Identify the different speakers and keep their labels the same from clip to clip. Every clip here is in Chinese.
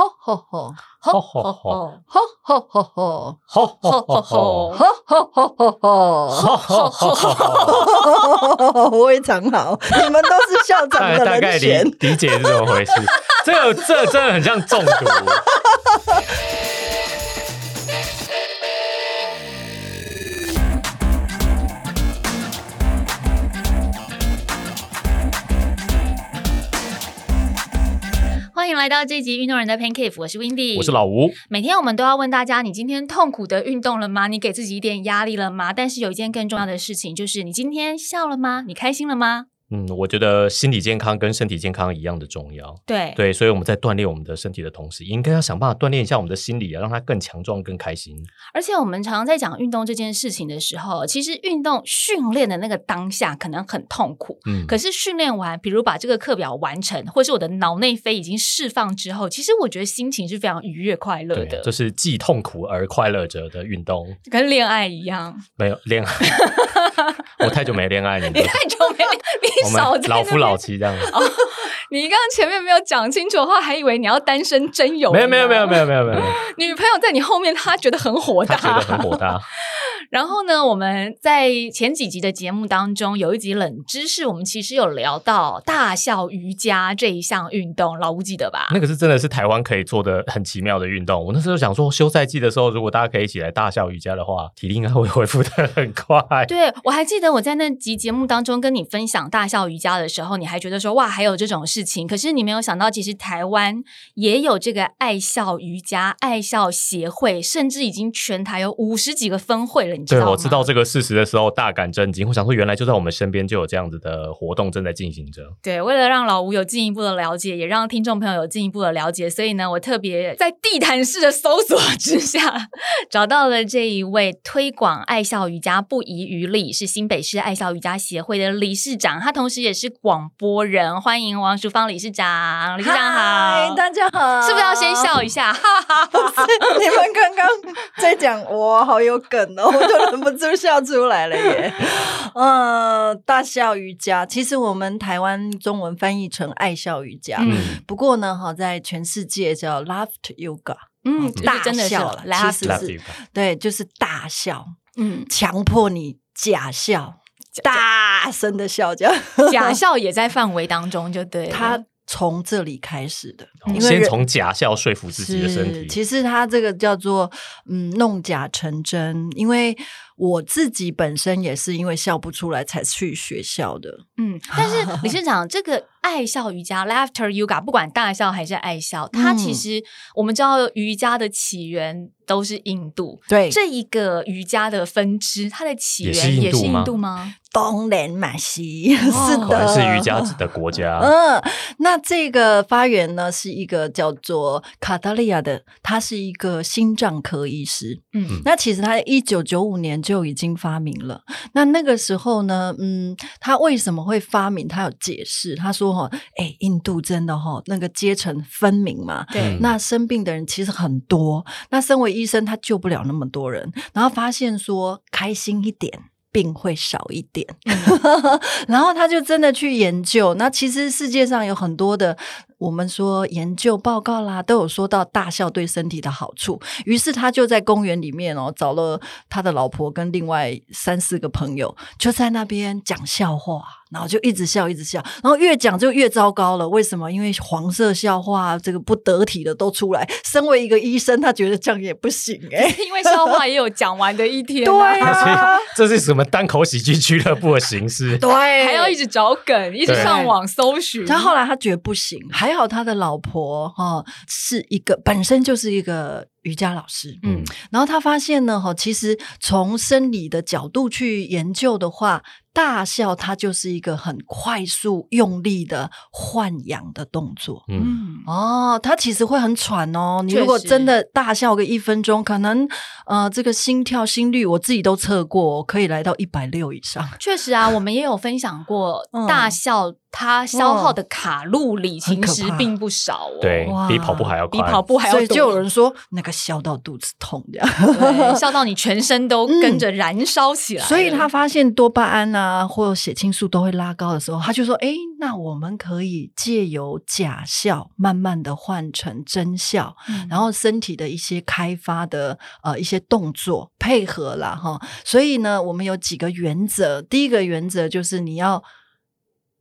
Speaker 1: 吼吼吼吼
Speaker 2: 吼吼吼吼吼吼吼吼
Speaker 1: 吼吼
Speaker 2: 吼
Speaker 1: 吼
Speaker 2: 吼吼吼吼吼
Speaker 1: 吼吼吼吼吼，
Speaker 3: 非常好，你们都是校长
Speaker 1: 大
Speaker 3: 的
Speaker 1: 大
Speaker 3: 人
Speaker 1: 概理
Speaker 3: 选。
Speaker 1: 理解是怎么回事。这个这个真的很像中毒。
Speaker 2: 欢迎来到这集《运动人的 Pancake》，我是 Windy，
Speaker 1: 我是老吴，
Speaker 2: 每天我们都要问大家：你今天痛苦的运动了吗？你给自己一点压力了吗？但是有一件更重要的事情，就是你今天笑了吗？你开心了吗？
Speaker 1: 嗯，我觉得心理健康跟身体健康一样的重要。
Speaker 2: 对，
Speaker 1: 对，所以我们在锻炼我们的身体的同时，应该要想办法锻炼一下我们的心理啊，让它更强壮、更开心。
Speaker 2: 而且我们常常在讲运动这件事情的时候，其实运动训练的那个当下可能很痛苦，
Speaker 1: 嗯，
Speaker 2: 可是训练完，比如把这个课表完成，或是我的脑内啡已经释放之后，其实我觉得心情是非常愉悦快乐
Speaker 1: 对，
Speaker 2: 的
Speaker 1: 这，是既痛苦而快乐着的运动。
Speaker 2: 跟恋爱一样。
Speaker 1: 没有 恋爱，我太久没恋爱，你
Speaker 2: 你
Speaker 1: 们
Speaker 2: 太久没，你
Speaker 1: 我
Speaker 2: 少
Speaker 1: 们
Speaker 2: 在
Speaker 1: 老
Speaker 2: 那
Speaker 1: 夫老
Speaker 2: 边
Speaker 1: 妻这样。
Speaker 2: 你刚刚前面没有讲清楚的话，还以为你要单身真有。
Speaker 1: 没有没有没有没
Speaker 2: 有，
Speaker 1: 有没有没有，
Speaker 2: 女朋友在你后面，她觉得很火
Speaker 1: 他
Speaker 2: 大，
Speaker 1: 觉得很火大。
Speaker 2: 然后呢，我们在前几集的节目当中，有一集冷知识，我们其实有聊到大笑瑜伽这一项运动，老吴记得吧？
Speaker 1: 那个是真的是台湾可以做的很奇妙的运动。我那时候想说，休赛季的时候，如果大家可以一起来大笑瑜伽的话，体力应该会恢复的很快。
Speaker 2: 对，我还记得我在那集节目当中跟你分享大笑瑜伽的时候，你还觉得说哇，还有这种事情。可是你没有想到，其实台湾也有这个爱笑瑜伽、爱笑协会，甚至已经全台有五十几个分会了，你知
Speaker 1: 对，
Speaker 2: 道吗？
Speaker 1: 我知道这个事实的时候，大感震惊。我想说，原来就在我们身边就有这样子的活动正在进行着。
Speaker 2: 对，为了让老吴有进一步的了解，也让听众朋友有进一步的了解，所以呢，我特别在地毯式的搜索之下， 找到了这一位推广爱笑瑜伽不遗余力，是新北市爱笑瑜伽协会的理事长，他同时也是广播人，欢迎王淑芳理事长，理事长
Speaker 3: 嗨
Speaker 2: 好，
Speaker 3: 大家好，
Speaker 2: 是不是要 先？笑一下？ 哈哈哈哈。
Speaker 3: 你们刚刚在讲我好有梗哦，我都忍不住笑出来了耶。呃，大笑瑜伽，其实我们台湾中文翻译成爱笑瑜伽，
Speaker 2: 嗯
Speaker 3: 不过呢，哈，在全世界叫 Laughed Yoga，
Speaker 2: 嗯，
Speaker 3: 大
Speaker 2: 真的是
Speaker 3: 笑了
Speaker 2: 来啊，
Speaker 3: 其实
Speaker 1: 那
Speaker 3: 是
Speaker 1: 这个
Speaker 3: 对，就是大笑，
Speaker 2: 嗯，
Speaker 3: 强迫你假笑，大声的笑，这样。
Speaker 2: 假笑也在范围当中，就对了，
Speaker 3: 他从这里开始的，因为
Speaker 1: 先
Speaker 3: 人
Speaker 1: 从假笑说服自己的身
Speaker 3: 是
Speaker 1: 体。
Speaker 3: 其实他这个叫做嗯弄假成真，因为我自己本身也是因为笑不出来才去学校的。
Speaker 2: 嗯，但是 理事长，这个爱笑瑜伽 （laughter yoga） 不管大笑还是爱笑，它其
Speaker 3: 嗯
Speaker 2: 实我们知道瑜伽的起源都是印度，
Speaker 3: 对
Speaker 2: 这一个瑜伽的分支，它的起
Speaker 1: 也是
Speaker 2: 源
Speaker 1: 印
Speaker 2: 也是
Speaker 1: 度
Speaker 2: 印
Speaker 1: 吗
Speaker 2: 度吗？
Speaker 3: 东然马西是
Speaker 1: 果然
Speaker 3: 的，
Speaker 1: 是瑜伽的国家。
Speaker 3: 嗯，那这个发源呢，是一个叫做卡塔利亚的，他是一个心脏科医师。
Speaker 2: 嗯
Speaker 3: 那其实他一九九五年就已经发明了。那那个时候呢，嗯，他为什么会发明？他有解释，他说哈，哎，印度真的哈，那个阶层分明嘛。
Speaker 2: 对
Speaker 1: 嗯
Speaker 3: 那生病的人其实很多，那身为医生，他救不了那么多人。然后发现说，开心一点，病会少一点。 然后他就真的去研究。那其实世界上有很多的，我们说研究报告啦，都有说到大笑对身体的好处。于是他就在公园里面哦，找了他的老婆跟另外三四个朋友，就在那边讲笑话，然后就一直笑，一直笑，然后越讲就越糟糕了。为什么？因为黄色笑话这个不得体的都出来。身为一个医生，他觉得这样也不行哎、
Speaker 2: 因为笑话也有讲完的一天、
Speaker 3: 对
Speaker 2: 啊。
Speaker 1: 所
Speaker 3: 啊
Speaker 1: 以，这是什么单口喜剧俱乐部的形 式？
Speaker 3: 对，
Speaker 2: 还要一直找梗，一直
Speaker 1: 对
Speaker 2: 上网搜寻。
Speaker 3: 他后来他觉得不行，还好他的老婆哈、哦、是一个本身就是一个瑜伽老师，
Speaker 1: 嗯
Speaker 2: 嗯，
Speaker 3: 然后他发现呢哈、其实从生理的角度去研究的话，大笑它就是一个很快速用力的换氧的动作。
Speaker 1: 嗯，
Speaker 2: 嗯，
Speaker 3: 哦，它其实会很喘哦。你
Speaker 2: 确
Speaker 3: 如果
Speaker 2: 实
Speaker 3: 真的大笑个一分钟，可能呃，这个心跳、心率我自己都测过，可以来到一百六以上。
Speaker 2: 确实啊，我们也有分享过
Speaker 3: 嗯
Speaker 2: 大笑，它消耗的卡路里
Speaker 3: 很
Speaker 2: 其
Speaker 3: 可
Speaker 2: 实
Speaker 3: 怕
Speaker 2: 并不少哦。
Speaker 1: 对，
Speaker 3: 哇
Speaker 1: 比跑步还要
Speaker 2: 比
Speaker 1: 快。
Speaker 2: 跑步还要
Speaker 3: 所
Speaker 2: 多。
Speaker 3: 以就有人说，那个笑到肚子痛这样。
Speaker 2: 对笑到你全身都跟着燃烧起来了、
Speaker 3: 所以他发现多巴胺啊或血清素都会拉高的时候，他就说：“哎，那我们可以借由假笑，慢慢的换成真笑，
Speaker 2: 嗯，
Speaker 3: 然后身体的一些开发的呃一些动作配合啦哈。所以呢，我们有几个原则，第一个原则就是你要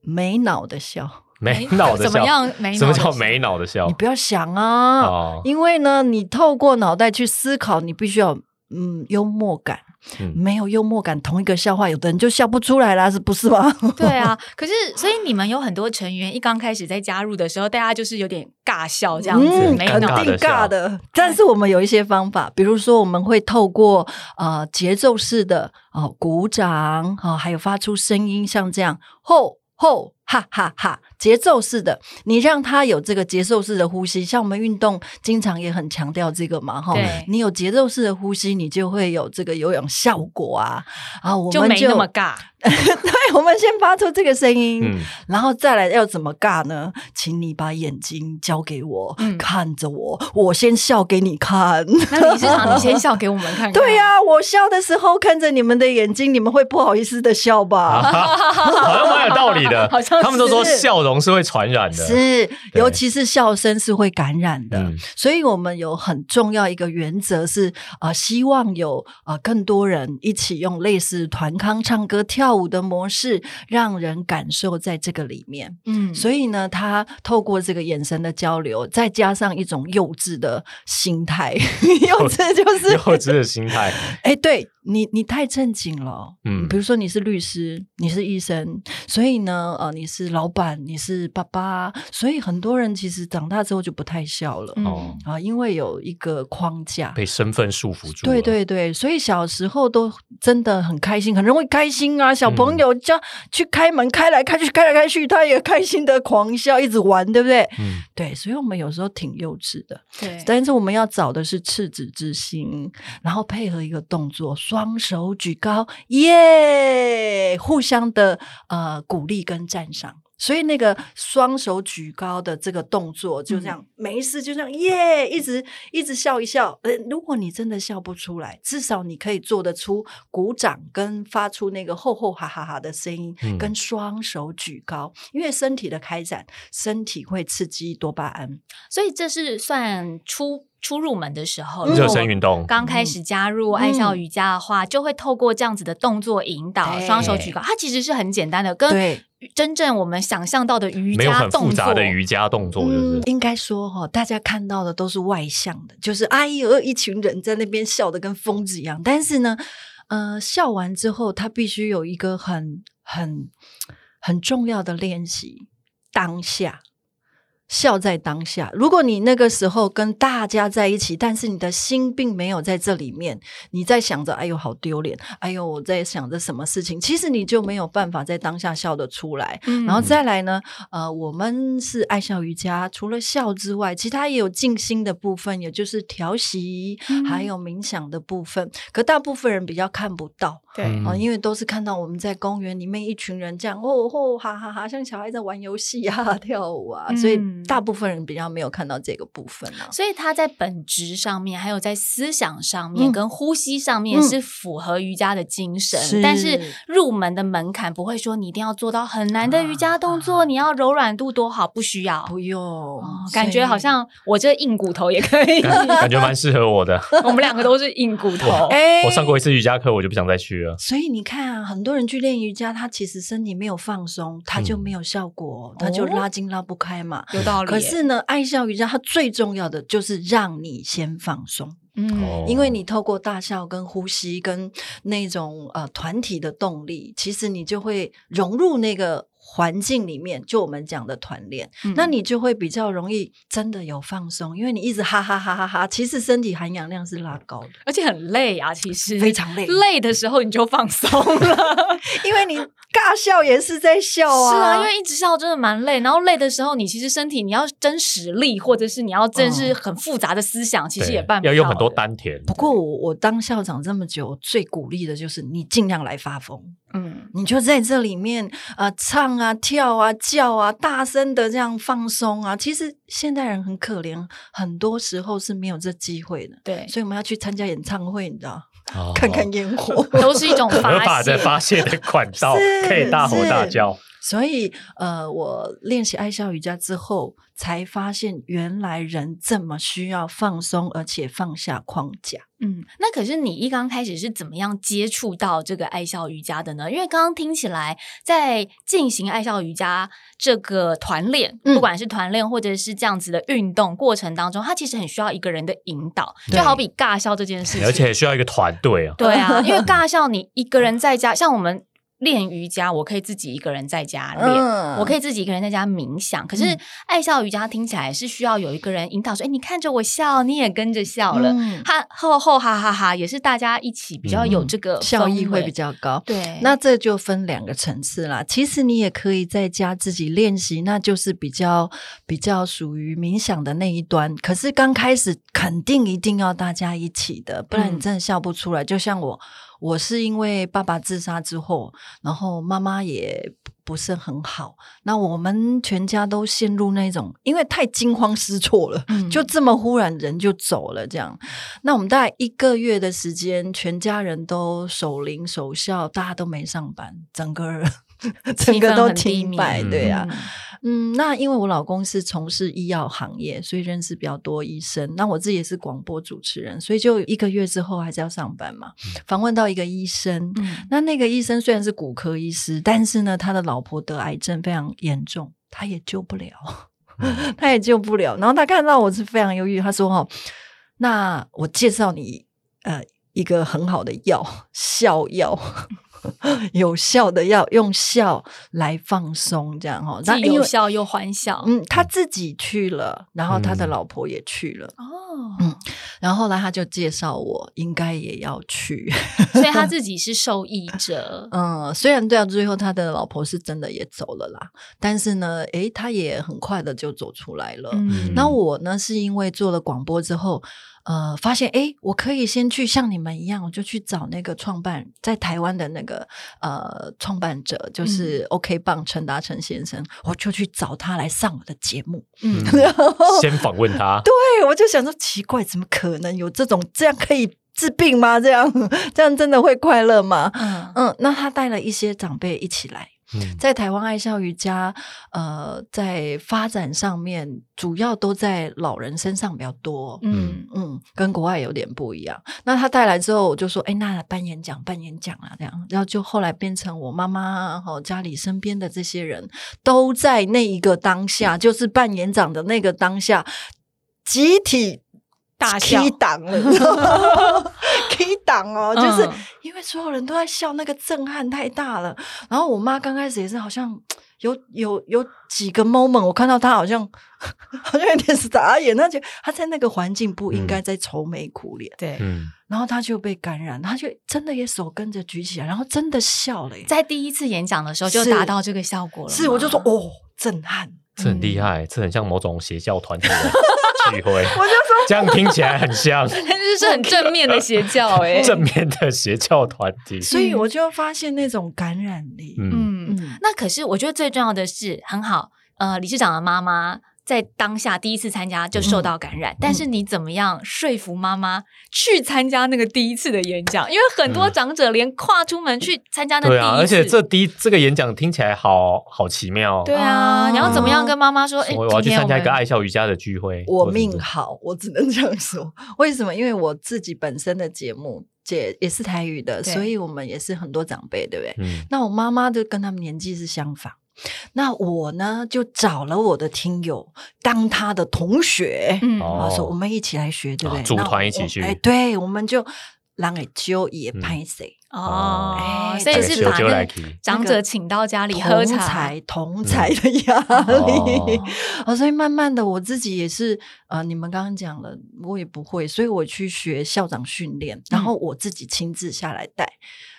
Speaker 3: 没脑的笑，
Speaker 1: 没脑的
Speaker 2: 怎么
Speaker 1: 笑，
Speaker 2: 样没脑的
Speaker 1: 什么叫
Speaker 2: 笑
Speaker 1: 没脑的笑
Speaker 3: 你？不要想啊，
Speaker 1: 哦，
Speaker 3: 因为呢，你透过脑袋去思考，你必须要嗯幽默感。
Speaker 1: 嗯
Speaker 3: 没有幽默感，同一个笑话，有的人就笑不出来啦，是不是 吗？
Speaker 2: 对啊，可是所以你们有很多成员一刚开始在加入的时候，大家就是有点尬笑这样子，
Speaker 1: 嗯
Speaker 2: 没
Speaker 3: 肯
Speaker 2: 脑
Speaker 1: 很
Speaker 2: 的
Speaker 3: 定
Speaker 1: 尬
Speaker 3: 尬的。但是我们有一些方法，比如说我们会透过呃节奏式的哦、鼓掌哦、还有发出声音，像这样吼吼哈哈哈，节奏式的，你让他有这个节奏式的呼吸。像我们运动经常也很强调这个嘛，哈、
Speaker 2: 对
Speaker 3: 你有节奏式的呼吸，你就会有这个有氧效果啊。啊，我们
Speaker 2: 就没那么尬。
Speaker 3: 对，我们先发出这个声音，
Speaker 1: 嗯，
Speaker 3: 然后再来要怎么尬呢？请你把眼睛交给我，
Speaker 2: 嗯
Speaker 3: 看着我，我先笑给你看。
Speaker 2: 那李市长，你先笑给我们 看看。
Speaker 3: 对、呀、我笑的时候看着你们的眼睛，你们会不好意思的笑吧？
Speaker 1: 啊 好像蛮有道理的。
Speaker 2: 好像
Speaker 1: 他们都说
Speaker 2: 是
Speaker 1: 笑容是会传染的，
Speaker 3: 是，
Speaker 1: 对
Speaker 3: 尤其是笑声是会感染的。
Speaker 1: 嗯
Speaker 3: 所以我们有很重要一个原则是，啊，希望有啊更多人一起用类似团康唱歌跳舞的模式，让人感受在这个里面。
Speaker 2: 嗯
Speaker 3: 所以呢，他透过这个眼神的交流，再加上一种幼稚的心态， 幼稚就是
Speaker 1: 幼稚的心态。
Speaker 3: 哎、对你，你太正经了。
Speaker 1: 嗯
Speaker 3: 嗯，比如说你是律师，你是医生，所以呢，呃，你是老板，你是爸爸，所以很多人其实长大之后就不太笑了、
Speaker 2: 嗯
Speaker 1: 哦，
Speaker 3: 啊，因为有一个框架。
Speaker 1: 被身份束缚住了。
Speaker 3: 对对对，所以小时候都真的很开心，很容易开心啊。小
Speaker 1: 嗯
Speaker 3: 朋友叫、去开门，开来开去，开来开去，他也开心的狂笑，一直玩，对不对？
Speaker 1: 嗯，
Speaker 3: 对，所以我们有时候挺幼稚的，
Speaker 2: 对，
Speaker 3: 但是我们要找的是赤子之心，然后配合一个动作，双手举高，耶，互相的呃鼓励跟赞赏。所以那个双手举高的这个动作，就这样、没事，就这样耶，一直一直笑一笑。呃，如果你真的笑不出来，至少你可以做得出鼓掌跟发出那个吼吼哈哈哈的声音，
Speaker 1: 嗯
Speaker 3: 跟双手举高，因为身体的开展，身体会刺激多巴胺。
Speaker 2: 所以这是算初初入门的时候，
Speaker 3: 嗯
Speaker 1: 热身运动。
Speaker 2: 刚开始加入爱笑瑜伽的话，就会透过这样子的动作引导，
Speaker 3: 对
Speaker 2: 双手举高，它其实是很简单的，跟
Speaker 3: 对，
Speaker 2: 真正我们想象到的瑜
Speaker 1: 没有
Speaker 2: 伽
Speaker 1: 很复
Speaker 2: 动
Speaker 1: 杂
Speaker 2: 作
Speaker 1: 的瑜伽动作，就是
Speaker 3: 嗯、应该说哈、大家看到的都是外向的，就是哎呦，一群人在那边笑的跟疯子一样。但是呢，呃，笑完之后，他必须有一个很很很重要的练习，当下。笑在当下。如果你那个时候跟大家在一起，但是你的心并没有在这里面，你在想着“哎呦，好丢脸”，“哎呦，我在想着什么事情”，其实你就没有办法在当下笑得出来。
Speaker 2: 嗯
Speaker 3: 然后再来呢，呃，我们是爱笑瑜伽，除了笑之外，其他也有静心的部分，也就是调息，还
Speaker 2: 嗯
Speaker 3: 有冥想的部分。可大部分人比较看不到
Speaker 2: 对。
Speaker 1: 嗯
Speaker 3: 啊、因为都是看到我们在公园里面一群人这样哦吼哈哈哈，像小孩在玩游戏啊、 跳舞啊，所以
Speaker 2: 嗯
Speaker 3: 大部分人比较没有看到这个部分啊。
Speaker 2: 所以他在本质上面，还有在思想上面、
Speaker 3: 嗯
Speaker 2: 跟呼吸上面
Speaker 3: 嗯
Speaker 2: 是符合瑜伽的精神，
Speaker 3: 是
Speaker 2: 但是入门的门槛不会说你一定要做到很难的瑜伽动作，
Speaker 3: 啊
Speaker 2: 你要柔软度多好，不需要。
Speaker 3: 不用、
Speaker 2: 哦
Speaker 3: 所
Speaker 2: 感觉
Speaker 3: 以
Speaker 2: 好像我这硬骨头也可 以，
Speaker 1: 感 感觉蛮适合我 的。
Speaker 2: 我们两个都是硬骨头。
Speaker 3: 哎
Speaker 1: 我上过一次瑜伽课，我就不想再去了。
Speaker 3: 所以你看啊，很多人去练瑜伽，他其实身体没有放松，他就
Speaker 1: 嗯
Speaker 3: 没有效果，他就
Speaker 2: 哦
Speaker 3: 拉筋拉不开嘛。
Speaker 2: 有道理耶。
Speaker 3: 可是呢，爱笑瑜伽它最重要的就是让你先放松，
Speaker 2: 嗯，
Speaker 1: 哦
Speaker 3: 因为你透过大笑、跟呼吸、跟那种呃团体的动力，其实你就会融入那个环境里面。就我们讲的团练，
Speaker 2: 嗯
Speaker 3: 那你就会比较容易真的有放松，因为你一直哈哈哈哈哈，其实身体含氧量是拉高的，
Speaker 2: 而且很累啊，其实
Speaker 3: 非常累
Speaker 2: 累的时候你就放松 了，
Speaker 3: 因为你尬笑也是在笑啊，
Speaker 2: 是啊，因为一直笑真的蛮累。然后累的时候，你其实身体你要真实力，或者是你要真是很复杂的思想，其
Speaker 1: 嗯
Speaker 2: 实
Speaker 1: 对
Speaker 2: 也办不
Speaker 1: 要
Speaker 2: 到的。
Speaker 1: 用很多丹田。
Speaker 3: 不过我我当校长这么久，最鼓励的就是你尽量来发疯，
Speaker 2: 嗯，
Speaker 3: 你就在这里面呃唱唱啊、跳啊、叫啊、大声的这样放松啊。其实现代人很可怜，很多时候是没有这机会的，
Speaker 2: 对，
Speaker 3: 所以我们要去参加演唱会，你知道，
Speaker 1: 哦
Speaker 3: 看看烟 火。
Speaker 2: 都是一种
Speaker 1: 合
Speaker 2: 发
Speaker 1: 法
Speaker 2: 泄
Speaker 1: 的。发泄的管道
Speaker 3: 是
Speaker 1: 可以大吼大叫，
Speaker 3: 所以，呃，我练习爱笑瑜伽之后，才发现原来人这么需要放松，而且放下框架。
Speaker 2: 嗯，那可是你一刚开始是怎么样接触到这个爱笑瑜伽的呢？因为刚刚听起来，在进行爱笑瑜伽这个团练，
Speaker 3: 嗯
Speaker 2: 不管是团练或者是这样子的运动过程当中，它其实很需要一个人的引导，
Speaker 1: 对
Speaker 2: 就好比尬笑这件事情，
Speaker 1: 而且需要一个团队啊。
Speaker 2: 对啊， 因为尬笑你一个人在家，像我们练瑜伽，我可以自己一个人在家练。
Speaker 3: 嗯
Speaker 2: 我可以自己一个人在家冥想，可是
Speaker 3: 嗯
Speaker 2: 爱笑瑜伽听起来是需要有一个人引导，说：“哎、你看着我笑，你也跟着笑了。
Speaker 3: 嗯
Speaker 2: 哈吼吼哈哈哈，也是大家一起比较有这个、
Speaker 3: 效益会比。较高。
Speaker 2: 对，
Speaker 3: 那这就分两个层次啦。其实你也可以在家自己练习，那就是比较比较属于冥想的那一端。可是刚开始肯定一定要大家一起的，不然
Speaker 2: 嗯
Speaker 3: 你真的笑不出来。就像我，我是因为爸爸自杀之后，然后妈妈也不。不是很好，那我们全家都陷入那种，因为太惊慌失措了，
Speaker 2: 嗯
Speaker 3: 就这么忽然人就走了这样。那我们大概一个月的时间，全家人都守灵守孝，大家都没上班，整个 人整个都停摆，
Speaker 1: 气氛很低迷
Speaker 3: 对啊嗯，
Speaker 2: 嗯，
Speaker 3: 那因为我老公是从事医药行业，所以认识比较多医生。那我自己也是广播主持人，所以就一个月之后还是要上班嘛。
Speaker 1: 嗯
Speaker 3: 访问到一个医生，
Speaker 2: 嗯
Speaker 3: 那那个医生虽然是骨科医师，但是呢，他的老婆得癌症非常严重，他也救不了，他也救不了。然后他看到我是非常忧郁，他说：“哦，那我介绍你呃一个很好的药，笑药。” 有效的药用笑来放松，这样哈。那
Speaker 2: 既
Speaker 3: 因
Speaker 2: 有
Speaker 3: 为
Speaker 2: 笑又欢笑。
Speaker 3: 嗯，他自己去了，然后他的
Speaker 1: 嗯
Speaker 3: 老婆也去了，
Speaker 2: 哦，
Speaker 3: 然后后来他就介绍我应该也要去。。
Speaker 2: 所以他自己是受益者
Speaker 3: 嗯，虽然对到最后他的老婆是真的也走了啦，但是呢，诶，他也很快的就走出来了。
Speaker 2: 嗯
Speaker 3: 那我呢，是因为做了广播之后，呃，发现诶，我可以先去像你们一样，我就去找那个创办在台湾的那个呃创办者，就是 OK 棒陈达成先生，我就去找他来上我的节目。
Speaker 2: 嗯
Speaker 1: 嗯
Speaker 3: 然后
Speaker 1: 先访问 他，
Speaker 3: 对，我就想说奇怪，怎么可能有这种这样可以治病吗？这样这样真的会快乐吗？
Speaker 2: 嗯
Speaker 3: 嗯，那他带了一些长辈一起来，
Speaker 1: 嗯
Speaker 3: 在台湾爱笑瑜伽，呃，在发展上面主要都在老人身上比较多。嗯
Speaker 2: 嗯
Speaker 3: 跟国外有点不一样。那他带来之后，我就说，哎，那办演讲，办演讲啊，这样，然后就后来变成我妈妈和、哦、家里身边的这些人都在那一个当下，就是办演讲的那个当下，集体
Speaker 2: 大笑
Speaker 3: K 档 了，K 档哦， 就是
Speaker 2: 嗯
Speaker 3: 因为所有人都在笑，那个震撼太大了。然后我妈刚开始也是好像有有有几个 moment，我看到她好像 好像有点傻眼，她觉得她在那个环境不应该在愁眉苦脸，
Speaker 2: 对，
Speaker 1: 嗯，
Speaker 3: 然后她就被感染，她就真的也手跟着举起来，然后真的笑了耶。
Speaker 2: 在第一次演讲的时候就是达到这个效果了吗。
Speaker 3: 是，我就说哦，震撼。
Speaker 1: 这很厉害，这很像某种邪教团体的聚会。
Speaker 3: 我就说
Speaker 1: 这样听起来很像
Speaker 2: 但是是很正面的邪教 哎、
Speaker 1: 正面的邪教团体，
Speaker 3: 所以我就发现那种感染力。
Speaker 1: 嗯，
Speaker 2: 嗯，
Speaker 3: 嗯，
Speaker 2: 那可是我觉得最重要的是，很好，呃，理事长的妈妈在当下第一次参加就受到感
Speaker 3: 嗯
Speaker 2: 染，但是你怎么样说服妈妈去参加那个第一次的演讲？因为很多长者连跨出门去参加那第一
Speaker 1: 对
Speaker 2: 次，
Speaker 1: 啊，而且这第一这个演讲听起来好好奇妙哦，
Speaker 2: 对啊，
Speaker 3: 哦
Speaker 2: 你要怎么样跟妈妈说？哎，
Speaker 1: 哦我我要去
Speaker 2: 今天
Speaker 1: 参加一个
Speaker 2: 们
Speaker 1: 爱笑瑜伽的聚会，
Speaker 3: 我
Speaker 1: 或者是
Speaker 3: 命好，我只能这 样说。为什么？因为我自己本身的节目姐也是台语的，
Speaker 2: 对
Speaker 3: 所以我们也是很多长辈，对不对？
Speaker 1: 嗯
Speaker 3: 那我妈妈就跟他们年纪是相仿。那我呢，就找了我的听友当他的同学，
Speaker 2: 嗯
Speaker 1: 哦
Speaker 3: 啊，说我们一起来学，对不对？
Speaker 1: 啊组
Speaker 3: 那
Speaker 1: 团
Speaker 3: 我
Speaker 1: 一起去嗯
Speaker 3: 哎，对，我们就让给揪也拍谁，
Speaker 2: 哦
Speaker 3: 哎，
Speaker 2: 所以
Speaker 1: 这
Speaker 2: 是
Speaker 1: 个
Speaker 2: 把
Speaker 1: 修
Speaker 2: 那
Speaker 1: 来
Speaker 2: 个
Speaker 1: 去
Speaker 2: 长者请到家里喝
Speaker 3: 同
Speaker 2: 茶，
Speaker 3: 才同才的压力。
Speaker 1: 哦
Speaker 3: 啊，所以慢慢的，我自己也是，呃，你们刚刚讲了，我也不会，所以我去学校长训练，然
Speaker 2: 嗯
Speaker 3: 后我自己亲自下来带，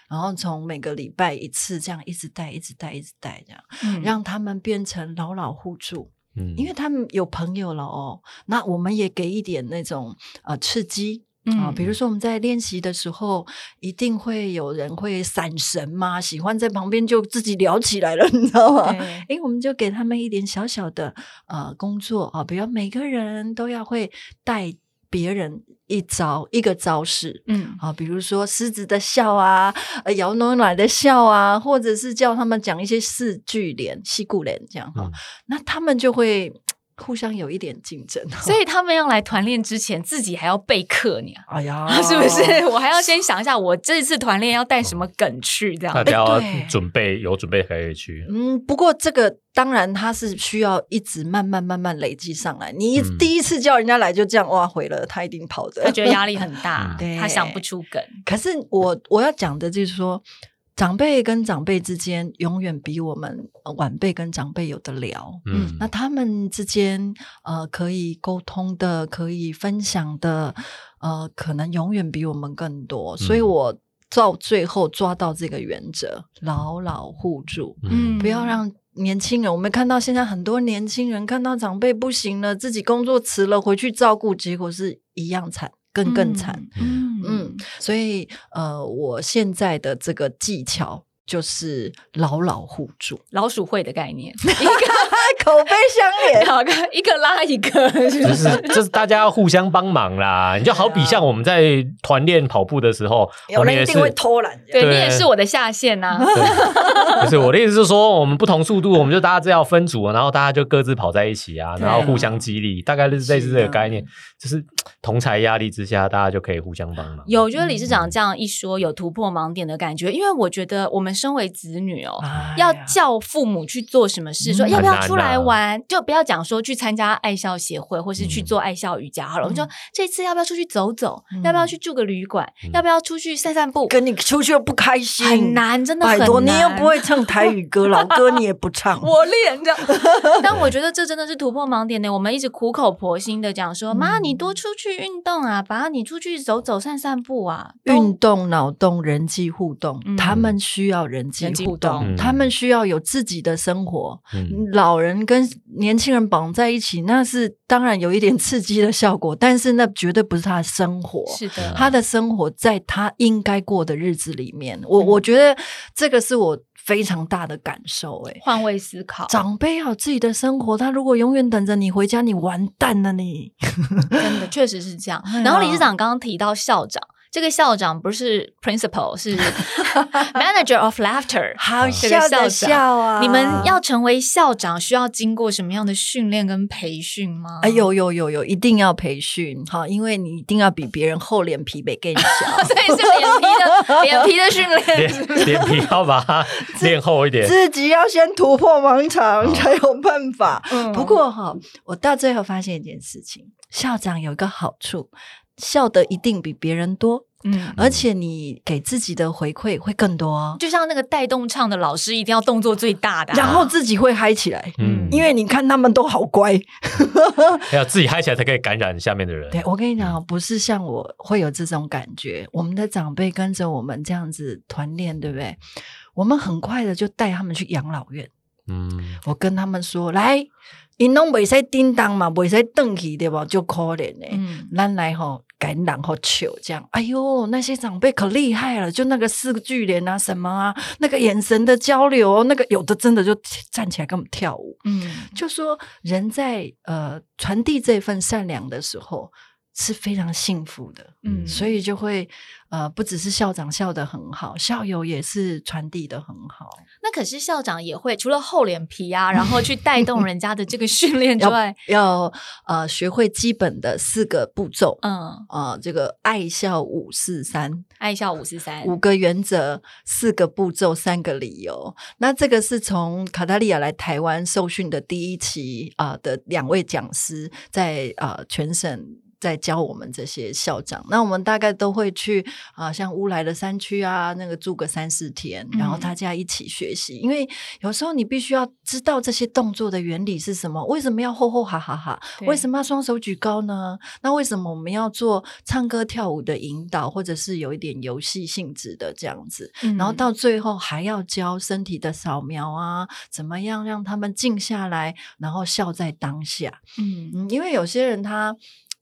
Speaker 3: 然后从每个礼拜一次这样一直带，一直带，一直带这样，
Speaker 2: 嗯
Speaker 3: 让他们变成老老互助，
Speaker 1: 嗯
Speaker 3: 因为他们有朋友了哦，那我们也给一点那种呃刺激。啊、比如说我们在练习的时候，一定会有人会散神嘛，喜欢在旁边就自己聊起来了， 你知道吗？
Speaker 2: 对
Speaker 3: 诶，我们就给他们一点小小的呃工作啊，比如每个人都要会带别人一招一个招式。
Speaker 2: 嗯，
Speaker 3: 啊，比如说狮子的笑啊，呃摇牛奶的笑啊，或者是叫他们讲一些四句联、西固联这样哈、
Speaker 1: 嗯
Speaker 3: 那他们就会嘖互相有一点竞争。
Speaker 2: 所以他们要来团练之前，自己还要备课呢。，
Speaker 3: 哎呀
Speaker 2: 是不是？我还要先想一下，我这次团练要带什么梗 去？这样
Speaker 1: 大家要
Speaker 3: 对
Speaker 1: 准备有准备才可以去。
Speaker 3: 嗯，不过这个当然它是需要一直慢慢慢慢累积上来。你一、
Speaker 1: 嗯
Speaker 3: 第一次叫人家来就这样哇毁了，他一定跑着。
Speaker 2: 他觉得压力很
Speaker 1: 嗯，
Speaker 2: 大
Speaker 3: 对
Speaker 2: 他想不出梗。
Speaker 3: 可是我我要讲的就是说，长辈跟长辈之间永远比我们呃晚辈跟长辈有的聊。
Speaker 1: 嗯，
Speaker 3: 那他们之间呃可以沟通的，可以分享的，呃，可能永远比我们更多。所以
Speaker 1: 嗯
Speaker 3: 我到最后抓到这个原则，牢牢护住。
Speaker 1: 嗯
Speaker 3: 不要让年轻人，我们看到现在很多年轻人看到长辈不行了，自己工作辞了，回去照顾，结果是一样惨，更更惨。
Speaker 2: 嗯
Speaker 3: 嗯，所以呃，我现在的这个技巧。就是牢牢护 住，
Speaker 2: 老鼠会的概念，
Speaker 3: 口碑相连。
Speaker 2: 好看一个拉 一个，是不
Speaker 1: 就是是就是大家要互相帮忙啦。你就好比像我们在团练跑步的时候，我
Speaker 3: 有人
Speaker 1: 们也
Speaker 3: 一
Speaker 1: 是
Speaker 3: 定会偷懒，
Speaker 2: 对
Speaker 1: 对
Speaker 2: 你也是我的下线啊呐、
Speaker 1: 对 不是我的意思是说，我们不同速度，我们就大家这样分组，然后大家就各自跑在一起啊，
Speaker 3: 对啊
Speaker 1: 然后互相激励，大概类似类似这
Speaker 3: 是啊
Speaker 1: 个
Speaker 3: 的
Speaker 1: 概念，就是同才压力之下，大家就可以互相帮忙。
Speaker 2: 有，我觉得理事长这样一说，有突破盲点的感觉。因为我觉得我们身为子女哦，
Speaker 3: 哎呀
Speaker 2: 要叫父母去做什么事，说
Speaker 3: 嗯
Speaker 2: 要
Speaker 1: 很
Speaker 2: 不要
Speaker 1: 难
Speaker 2: 出来
Speaker 1: 啊
Speaker 2: 玩，就不要讲说去参加爱校协会或是去
Speaker 1: 嗯
Speaker 2: 做爱校瑜伽好了。我们说
Speaker 3: 嗯
Speaker 2: 这次要不要出去走走，
Speaker 3: 嗯
Speaker 2: 要不要去住个旅馆，
Speaker 1: 嗯
Speaker 2: 要不要出去散散步，
Speaker 3: 跟你出去又不开心，
Speaker 2: 很。难，真的
Speaker 3: 拜
Speaker 2: 很难。
Speaker 3: 托，你又不会唱台语 歌，老歌你也不唱。
Speaker 2: 我练这样， 但我觉得这真的是突破盲点呢。我们一直苦口婆心的讲说，妈，
Speaker 3: 嗯
Speaker 2: 你多出去运动啊，爸，你出去走走、散散步啊，都
Speaker 3: 运动、脑动、人际互动，
Speaker 2: 嗯
Speaker 3: 他们需要人际
Speaker 2: 人际
Speaker 3: 互
Speaker 2: 互动
Speaker 3: 动，
Speaker 1: 嗯
Speaker 3: 他们需要有自己的生活。
Speaker 1: 嗯，
Speaker 3: 老人跟年轻人绑在一起，那是当然有一点刺激的效果，但是那绝对不是他的生活。
Speaker 2: 是的，
Speaker 3: 他的生活在他应该过的日子里面，我
Speaker 2: 嗯
Speaker 3: 我觉得这个是我非常大的感受、欸。
Speaker 2: 换位思考，
Speaker 3: 长辈要有自己的生活，他如果永远等着你回家，你完蛋了 你。
Speaker 2: 真的确实是这样
Speaker 3: 哎。呀
Speaker 2: 然后理事长刚刚提到校长，这个校长不是 principal，是 manager of laughter。
Speaker 3: 好
Speaker 2: 这个
Speaker 3: 笑的
Speaker 2: 校长
Speaker 3: 笑啊！
Speaker 2: 你们要成为校长，需要经过什么样的训练跟培训吗？。
Speaker 3: 哎，，有有有有，一定要培训哈，因为你一定要比别人厚脸皮呗，更小
Speaker 2: 对，是脸皮的脸皮的训练。
Speaker 1: 脸脸皮要把它练厚一点。
Speaker 3: 自己要先突破盲肠
Speaker 1: 哦
Speaker 3: 才有办法。
Speaker 2: 嗯
Speaker 3: 不过哈，我到最后发现一件事情，校长有一个好处，笑的一定比别人多，
Speaker 2: 嗯，
Speaker 3: 而且你给自己的回馈会更多哦，
Speaker 2: 就像那个带动唱的老师，一定要动作最大的啊、
Speaker 3: 然后自己会嗨起来，
Speaker 1: 嗯，
Speaker 3: 因为你看他们都好乖。
Speaker 1: 要自己嗨起来才可以感染下面的人。
Speaker 3: 对我跟你讲哦，不是像我会有这种感觉，我们的长辈跟着我们这样子团练，对不对？我们很快的就带他们去养老院，
Speaker 1: 嗯，
Speaker 3: 我跟他们说，来，因拢袂使叮当嘛，袂使顿去对吧？就可怜嘞、
Speaker 2: 嗯，
Speaker 3: 咱来吼、感染和糗这样，哎呦，那些长辈可厉害了，就那个四句联啊，什么啊，那个眼神的交流，哦那个有的真的就站起来跟我们跳舞，
Speaker 2: 嗯
Speaker 3: 就说人在呃传递这份善良的时候是非常幸福的，
Speaker 2: 嗯，
Speaker 3: 所
Speaker 2: 以
Speaker 3: 以就会呃不只是校长笑得很好，校友也是传递的很好，
Speaker 2: 那可是校长也会除了厚脸皮啊，然后去带动人家的这个训练之外，
Speaker 3: 要呃学会基本的四个步骤。
Speaker 2: 嗯，
Speaker 3: 啊，这个爱校五四三
Speaker 2: 爱校五十三，
Speaker 3: 五个原则、四个步骤、三个理由。那这个是从卡塔利亚来台湾受训的第一期啊、呃的两位讲师在啊、呃全省。在教我们这些校长，那我们大概都会去啊、像乌来的山区啊，那个住个三四天，然后
Speaker 2: 嗯
Speaker 3: 大家一起学习。因为有时候你必须要知道这些动作的原理是什么，为什么要吼吼哈哈哈，
Speaker 2: 对
Speaker 3: 为什么要双手举高呢？那为什么我们要做唱歌跳舞的引导，或者是有一点游戏性质的这样子？
Speaker 2: 嗯
Speaker 3: 然后到最后还要教身体的扫描啊，怎么样让他们静下来，然后笑在当下。
Speaker 2: 嗯
Speaker 3: 嗯，因为有些人他。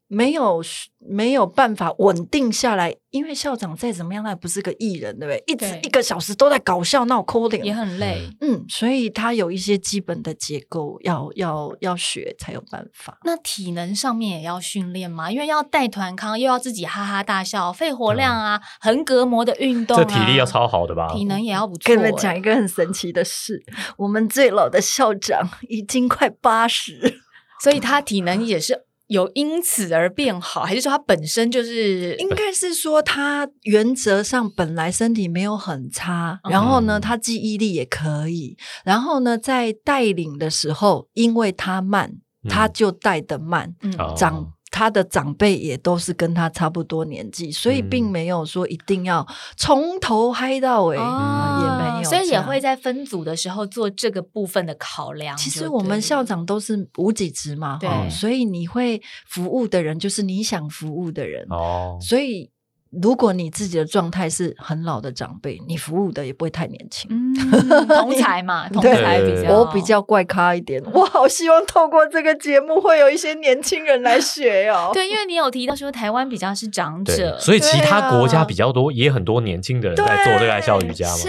Speaker 3: 没有没有办法稳定下来，因为校长再怎么样，他也不是个艺人，对不对？一直
Speaker 2: 对
Speaker 3: 一个小时都在搞笑闹扣
Speaker 2: 也
Speaker 3: 脸，
Speaker 2: 很累。
Speaker 3: 嗯，所以他有一些基本的结构要要要学才有办法。
Speaker 2: 那体能上面也要训练嘛，因为要带团康，又要自己哈哈大笑，肺活量啊，横膈膜的运动、啊，
Speaker 1: 这体力要超好的吧？
Speaker 2: 体能也要不 错、欸
Speaker 3: 跟你们讲一个很神奇的事，我们最老的校长已经快八十，
Speaker 2: 所以他体能也是有因此而变好，还是说他本身就是
Speaker 3: 应该是说他原则上本来身体没有很差，然后呢，
Speaker 1: 嗯
Speaker 3: 他记忆力也可以，然后呢，在带领的时候，因为他慢，
Speaker 1: 嗯
Speaker 3: 他就带的慢，
Speaker 2: 嗯
Speaker 1: 哦
Speaker 3: 长。他的长辈也都是跟他差不多年纪，所以并没有说一定要从头嗨到尾。嗯也没有
Speaker 2: 哦所以
Speaker 3: 这
Speaker 2: 也
Speaker 3: 样
Speaker 2: 会在分组的时候做这个部分的考量。
Speaker 3: 其实
Speaker 2: 就
Speaker 3: 我
Speaker 2: 对
Speaker 3: 们
Speaker 2: 了
Speaker 3: 校长都是无几职嘛，
Speaker 2: 对
Speaker 3: 哈，所以你会服务的人就是你想服务的人。
Speaker 1: 哦，
Speaker 3: 所以，如果你自己的状态是很老的长辈，你服务的也不会太年轻。
Speaker 2: 嗯，哦同 才嘛，同才比
Speaker 1: 对
Speaker 2: 较，
Speaker 3: 我比较怪咖一点，我好希望透过这个节目会有一些年轻人来学哦。
Speaker 2: 对，因为你有提到说台湾比较是长
Speaker 1: 对
Speaker 2: 者，，
Speaker 1: 所以其他国
Speaker 3: 对
Speaker 1: 家
Speaker 3: 啊
Speaker 1: 比较多，也很多年轻的人
Speaker 3: 对，啊
Speaker 1: 在做这个爱笑瑜伽嘛。
Speaker 3: 是。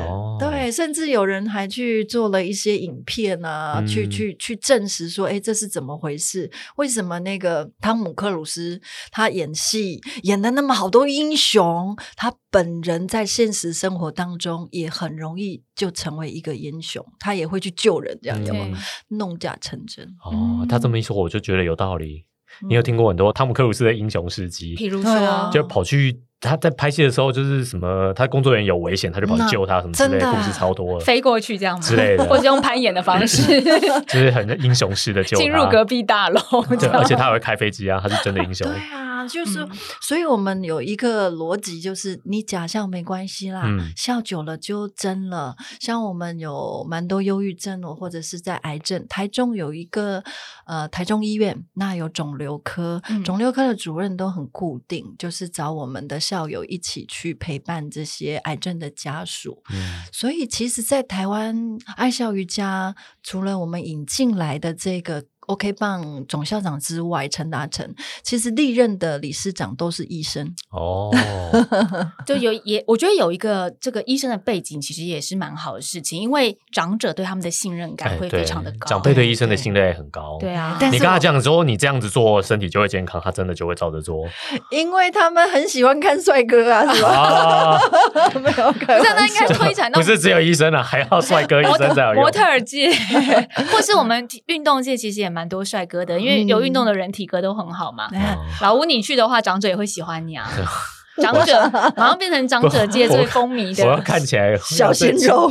Speaker 1: 哦
Speaker 3: 对，甚至有人还去做了一些影片啊，
Speaker 1: 嗯
Speaker 3: 去去去证实说，哎，这是怎么回事？为什么那个汤姆克鲁斯他演戏演的那么好多英雄，他本人在现实生活当中也很容易就成为一个英雄，他也会去救人，这样
Speaker 1: 嗯
Speaker 3: 有没有
Speaker 2: 对
Speaker 3: 弄假成真？
Speaker 1: 哦，他这么一说，我就觉得有道理。你有
Speaker 3: 嗯
Speaker 1: 听过很多汤姆克鲁斯的英雄事迹？
Speaker 2: 嗯比如
Speaker 3: 对啊
Speaker 2: 说
Speaker 1: 就跑去他在拍戏的时候，就是什么他工作人员有危险，他就跑去
Speaker 3: 嗯啊
Speaker 1: 救他什么之类
Speaker 3: 真的
Speaker 1: 的，
Speaker 3: 啊
Speaker 1: 故事超多了，
Speaker 2: 飞过去这样吗
Speaker 1: 之类的
Speaker 2: 或者用攀岩的方 式
Speaker 1: 就是很英雄式的救
Speaker 2: 进入
Speaker 1: 他
Speaker 2: 隔。壁大楼，
Speaker 1: 对，而且他还会开飞机啊，他是真的英雄
Speaker 3: 对。啊，就是，
Speaker 2: 嗯
Speaker 3: 所以我们有一个逻辑，就是你假笑没关系啦，
Speaker 1: 嗯
Speaker 3: 笑久了就真了。像我们有蛮多忧郁症哦，或者是在癌症，台中有一个呃台中医院，那有肿瘤科，
Speaker 2: 嗯
Speaker 3: 肿瘤科的主任都很固定，就是找我们的校友一起去陪伴这些癌症的家属。
Speaker 1: 嗯
Speaker 3: 所以，其实，在台湾爱笑瑜伽，除了我们引进来的这个 OK 棒总校长之外，陈达成，其实历任的理事长都是医生。
Speaker 1: 哦，
Speaker 2: 就有也，我觉得有一个这个医生的背景，其实也是蛮好的事情，因为长者对他们的信任感
Speaker 1: 哎，
Speaker 2: 会
Speaker 1: 对
Speaker 2: 非常的高。
Speaker 1: 长辈对医生的
Speaker 3: 对
Speaker 1: 信任也很高。
Speaker 2: 对 啊，
Speaker 3: 但
Speaker 1: 你
Speaker 3: 是
Speaker 1: 跟他
Speaker 3: 我
Speaker 1: 讲说你这样子做，身体就会健康，他真的就会照着 做
Speaker 3: 因为他们很喜欢看帅哥啊，是吧？
Speaker 1: 啊！
Speaker 3: 没有开
Speaker 2: 不是
Speaker 3: 玩
Speaker 2: 那应该
Speaker 3: 笑。
Speaker 2: 推展到
Speaker 1: 不是只有医生啊，还要 帅哥医
Speaker 2: 模
Speaker 1: 生才有
Speaker 2: 特模
Speaker 1: 用。
Speaker 2: 特儿 界，或是我们体运动界其实也蛮多帅哥的，因为有运动的人体格都很好嘛。
Speaker 1: 嗯
Speaker 3: 哎呀
Speaker 2: 老吴，你去的话，长者也会喜欢你啊。长者马上变成长者界最风靡
Speaker 1: 哦我要
Speaker 2: 的
Speaker 1: 看起来
Speaker 3: 小鲜肉，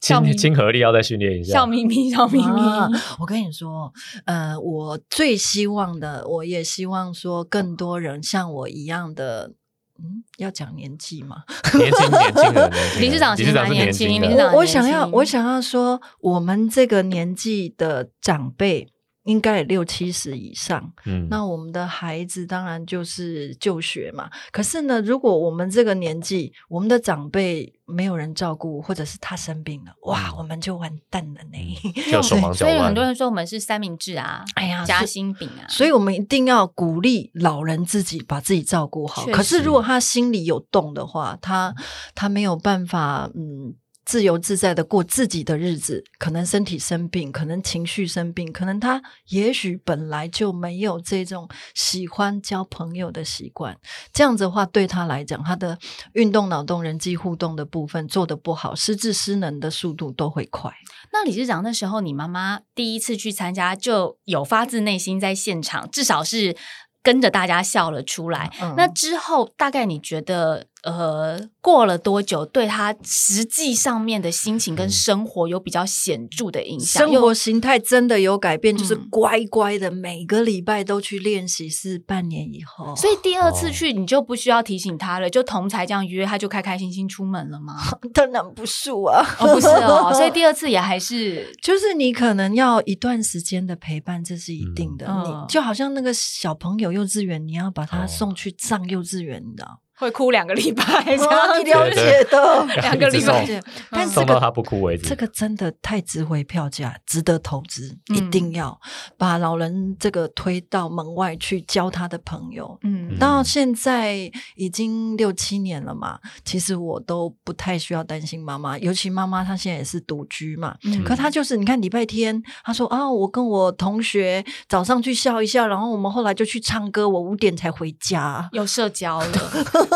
Speaker 2: 笑眯
Speaker 1: 亲亲和力要再训练一下。
Speaker 2: 笑眯眯，笑眯眯。
Speaker 3: 啊我跟你说，呃，我最希望的，我也希望说，更多人像我一样的，嗯，要讲年纪嘛，
Speaker 1: 年轻年轻人，年轻人
Speaker 2: 理事长
Speaker 1: 理事长
Speaker 2: 其实蛮
Speaker 1: 是年
Speaker 2: 年轻
Speaker 1: 轻
Speaker 2: 理
Speaker 1: 的
Speaker 2: 事长。
Speaker 3: 我
Speaker 2: 很
Speaker 3: 我想
Speaker 2: 年
Speaker 3: 要，
Speaker 2: 轻
Speaker 3: 我想要说，我们这个年纪的长辈应该也六七十以上，
Speaker 1: 嗯
Speaker 3: 那我们的孩子当然就是就学嘛。可是呢，如果我们这个年纪，我们的长辈没有人照顾，或者是他生病了，哇，
Speaker 1: 嗯
Speaker 3: 我们就完蛋了呢。
Speaker 1: 就手忙脚
Speaker 2: 哦所以
Speaker 1: 乱
Speaker 2: 很多。人说我们是三明治啊，
Speaker 3: 哎呀
Speaker 2: 夹
Speaker 3: 是
Speaker 2: 心饼啊，
Speaker 3: 所以，我们一定要鼓励老人自己把自己照顾好。
Speaker 2: 确
Speaker 3: 可是，
Speaker 1: 实
Speaker 3: 如果他心里有动的话，他他没有办法，嗯，自由自在的过自己的日子，可能身体生病，可能情绪生病，可能他也许本来就没有这种喜欢交朋友的习惯。这样子的话，对他来讲，他的运动脑动人际互动的部分做得不好，失智失能的速度都会快。
Speaker 2: 那理事长那时候，你妈妈第一次去参加，就有发自内心在现场，至少是跟着大家笑了出来。
Speaker 3: 嗯
Speaker 2: 那之后，大概你觉得，呃，过了多久，对她实际上面的心情跟
Speaker 1: 嗯
Speaker 2: 生活有比较显著的影响？
Speaker 3: 生活形态真的有改变，就是
Speaker 2: 嗯
Speaker 3: 乖乖的，每个礼拜都去练习，是半年以后。
Speaker 2: 又所以第二次
Speaker 1: 哦
Speaker 2: 去，你就不需要提醒她了，就同才这样约，她就开开心心出门了吗？
Speaker 3: 以当然不是啊，
Speaker 2: 哦，不是哦，所以第二次也还是
Speaker 3: 就是你可能要一段时间的陪伴，这是一定的。
Speaker 2: 嗯
Speaker 3: 你就好像那个小朋友幼稚园，你要把他
Speaker 1: 哦
Speaker 3: 送去上幼稚园，你知道？
Speaker 2: 会哭两个礼拜这
Speaker 3: 哇
Speaker 2: 样
Speaker 3: 哦你
Speaker 2: 子。
Speaker 3: 了解的，
Speaker 2: 两个礼拜
Speaker 1: 一直
Speaker 3: 对但是
Speaker 1: 送
Speaker 3: 这
Speaker 1: 到他
Speaker 3: 个
Speaker 1: 不哭为止。
Speaker 3: 这个真的太值回票价，值得投资，
Speaker 2: 嗯
Speaker 3: 一定要把老人这个推到门外去教他的朋友。
Speaker 2: 嗯
Speaker 3: 到现在已经六七年了嘛，其实我都不太需要担心妈妈，尤其妈妈她现在也是独居嘛，
Speaker 2: 嗯
Speaker 3: 可 他就是，你看礼拜天，他说啊，我跟我同学早上去笑一笑，然后我们后来就去唱歌，我五点才回家。
Speaker 2: 有社交了，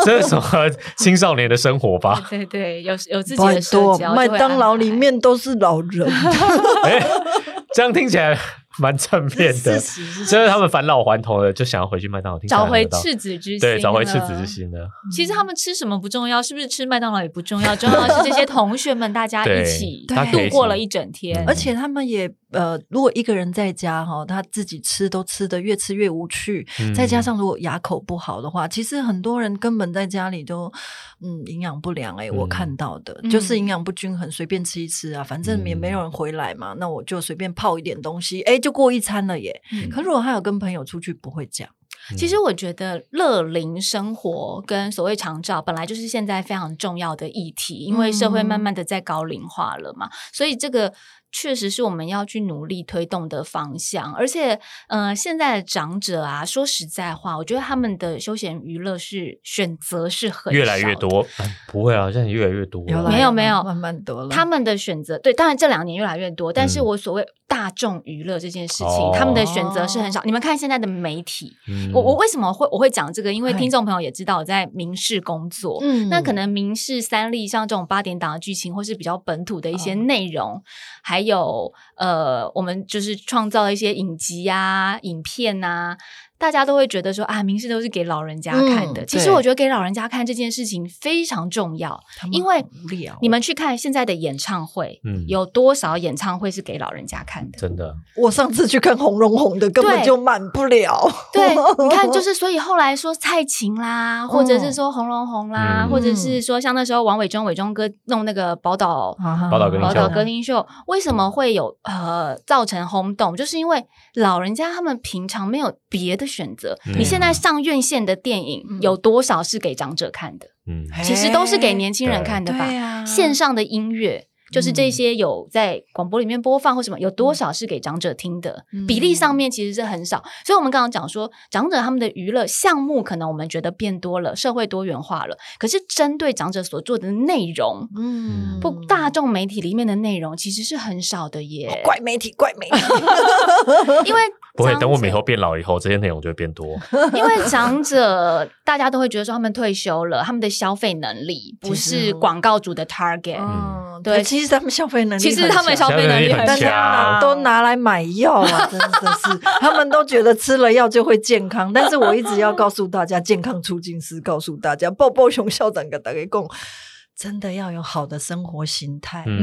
Speaker 1: 这是什么青少年的生活吧？
Speaker 2: 对对对，有有自己
Speaker 3: 拜
Speaker 2: 的社
Speaker 3: 托，
Speaker 2: 交。
Speaker 3: 麦
Speaker 2: 就会
Speaker 3: 当劳
Speaker 2: 安排
Speaker 3: 里面都是老人，
Speaker 1: 哎，这样听起来蛮正面
Speaker 3: 是
Speaker 1: 的。
Speaker 3: 实是
Speaker 1: 就是他们返老还童了，就想要回去麦当劳，听起来
Speaker 2: 找回
Speaker 1: 很有道理
Speaker 2: 赤子之心，
Speaker 1: 对，找回赤子之。心了。
Speaker 2: 其实他们吃什么不重要，是不是吃麦当劳也不重 要，重要的是这些同学们大家一起
Speaker 3: 对大家
Speaker 2: 度
Speaker 3: 可以一起
Speaker 2: 过了一整天
Speaker 1: 嗯
Speaker 3: 而。且他们也呃，如果一个人在家哈，他自己吃都吃的越吃越无趣，
Speaker 1: 嗯
Speaker 3: 再加上如果牙口不好的话，其实很多人根本在家里都嗯营养不良哎、我
Speaker 1: 嗯
Speaker 3: 看到的、
Speaker 2: 嗯
Speaker 3: 就是营养不均衡，随便吃一吃啊，反正也没有人回来嘛，那我就随便泡一点东西，哎、就过一餐了耶。
Speaker 2: 嗯
Speaker 3: 可如果他有跟朋友出去，不会这样。
Speaker 1: 嗯
Speaker 2: 其实我觉得乐龄生活跟所谓长照本来就是现在非常重要的议题，因为社会慢
Speaker 1: 嗯
Speaker 2: 慢的在高龄化了嘛，所以这个确实是我们要去努力推动的方向。而且，呃，现在的长者啊，说实在话，我觉得他们的休闲娱乐是选择是很
Speaker 1: 越来越
Speaker 2: 少的
Speaker 1: 多，嗯不会啊，现在越来越多了。
Speaker 3: 有啦
Speaker 2: 没有没有
Speaker 3: 慢慢多了。
Speaker 2: 他们的选择，对，当然这两年越来越多，但是
Speaker 1: 嗯
Speaker 2: 我所谓大众娱乐这件事情，
Speaker 1: 哦
Speaker 2: 他们的选择是很少。你们看现在的媒体，
Speaker 1: 嗯
Speaker 2: 我我为什么会我会讲这个？因为
Speaker 3: 嘿
Speaker 2: 听众朋友也知道我在民视工作，
Speaker 3: 嗯
Speaker 2: 那可能民视三立像这种八点档的剧情，或是比较本土的一些
Speaker 3: 哦
Speaker 2: 内容，还有呃，我们就是创造了一些影集啊、影片啊，大家都会觉得说啊，民视都是给老人家看的。
Speaker 3: 嗯
Speaker 2: 其实
Speaker 3: 对
Speaker 2: 我觉得给老人家看这件事情非常重要，
Speaker 3: 他们
Speaker 2: 因为
Speaker 3: 好无聊，
Speaker 2: 你们去看现在的演唱会，
Speaker 1: 嗯
Speaker 2: 有多少演唱会是给老人家看的？
Speaker 1: 真的
Speaker 3: 我上次去看红荣红的，根本
Speaker 2: 对
Speaker 3: 就满不了。
Speaker 2: 对，你 看，就是所以后来说蔡琴啦，或者是说红龙红啦，
Speaker 1: 嗯
Speaker 2: 或者是说像那时候王伟忠、伟忠哥弄那个宝岛
Speaker 3: 宝
Speaker 1: 宝岛歌厅
Speaker 2: 宝
Speaker 1: 秀嗯
Speaker 2: 岛歌厅秀，为什么会有呃造成轰动？就是因为老人家他们平常没有别的选择。
Speaker 1: 嗯
Speaker 2: 你现在上院线的电影
Speaker 3: 嗯
Speaker 2: 有多少是给长者看的？
Speaker 1: 嗯，
Speaker 2: 其实都是给年轻人
Speaker 1: 对
Speaker 2: 看的
Speaker 3: 哎对
Speaker 2: 吧？
Speaker 3: 啊，
Speaker 2: 线上的音乐，就是这
Speaker 3: 嗯
Speaker 2: 些有在广播里面播放或什么，有多少是给长者听的？比例上面其实是很少，所以我们刚刚讲说，长者他们的娱乐项目可能我们觉得变多了，社会多元化了，可是针对长者所做的内容。
Speaker 3: 嗯
Speaker 2: 不，大众媒体里面的内容其实是很少的耶，
Speaker 3: 哦怪媒体，怪媒体。
Speaker 2: 因为
Speaker 1: 不会。
Speaker 2: 长
Speaker 1: 等我们以
Speaker 2: 者
Speaker 1: 后变老以后，这些内容就会变 多。
Speaker 2: 因为长者大家都会觉得说他们退休了，他们的消费能力不
Speaker 3: 其实
Speaker 2: 是广告主的 target，、
Speaker 3: 嗯，
Speaker 2: 对
Speaker 3: 对，其实他们消费能力
Speaker 2: 其
Speaker 3: 很强，
Speaker 2: 实他们消费能
Speaker 1: 消费能
Speaker 2: 力
Speaker 1: 力很
Speaker 2: 很
Speaker 3: 大
Speaker 1: 强
Speaker 2: 强，
Speaker 3: 家都拿来买药 啊，真的是，他们都觉得吃了药就会健康。但是我一直要告诉大家，健康促进师告诉大家，抱抱熊校长跟大家讲，真的要有好的生活形态。
Speaker 1: 嗯，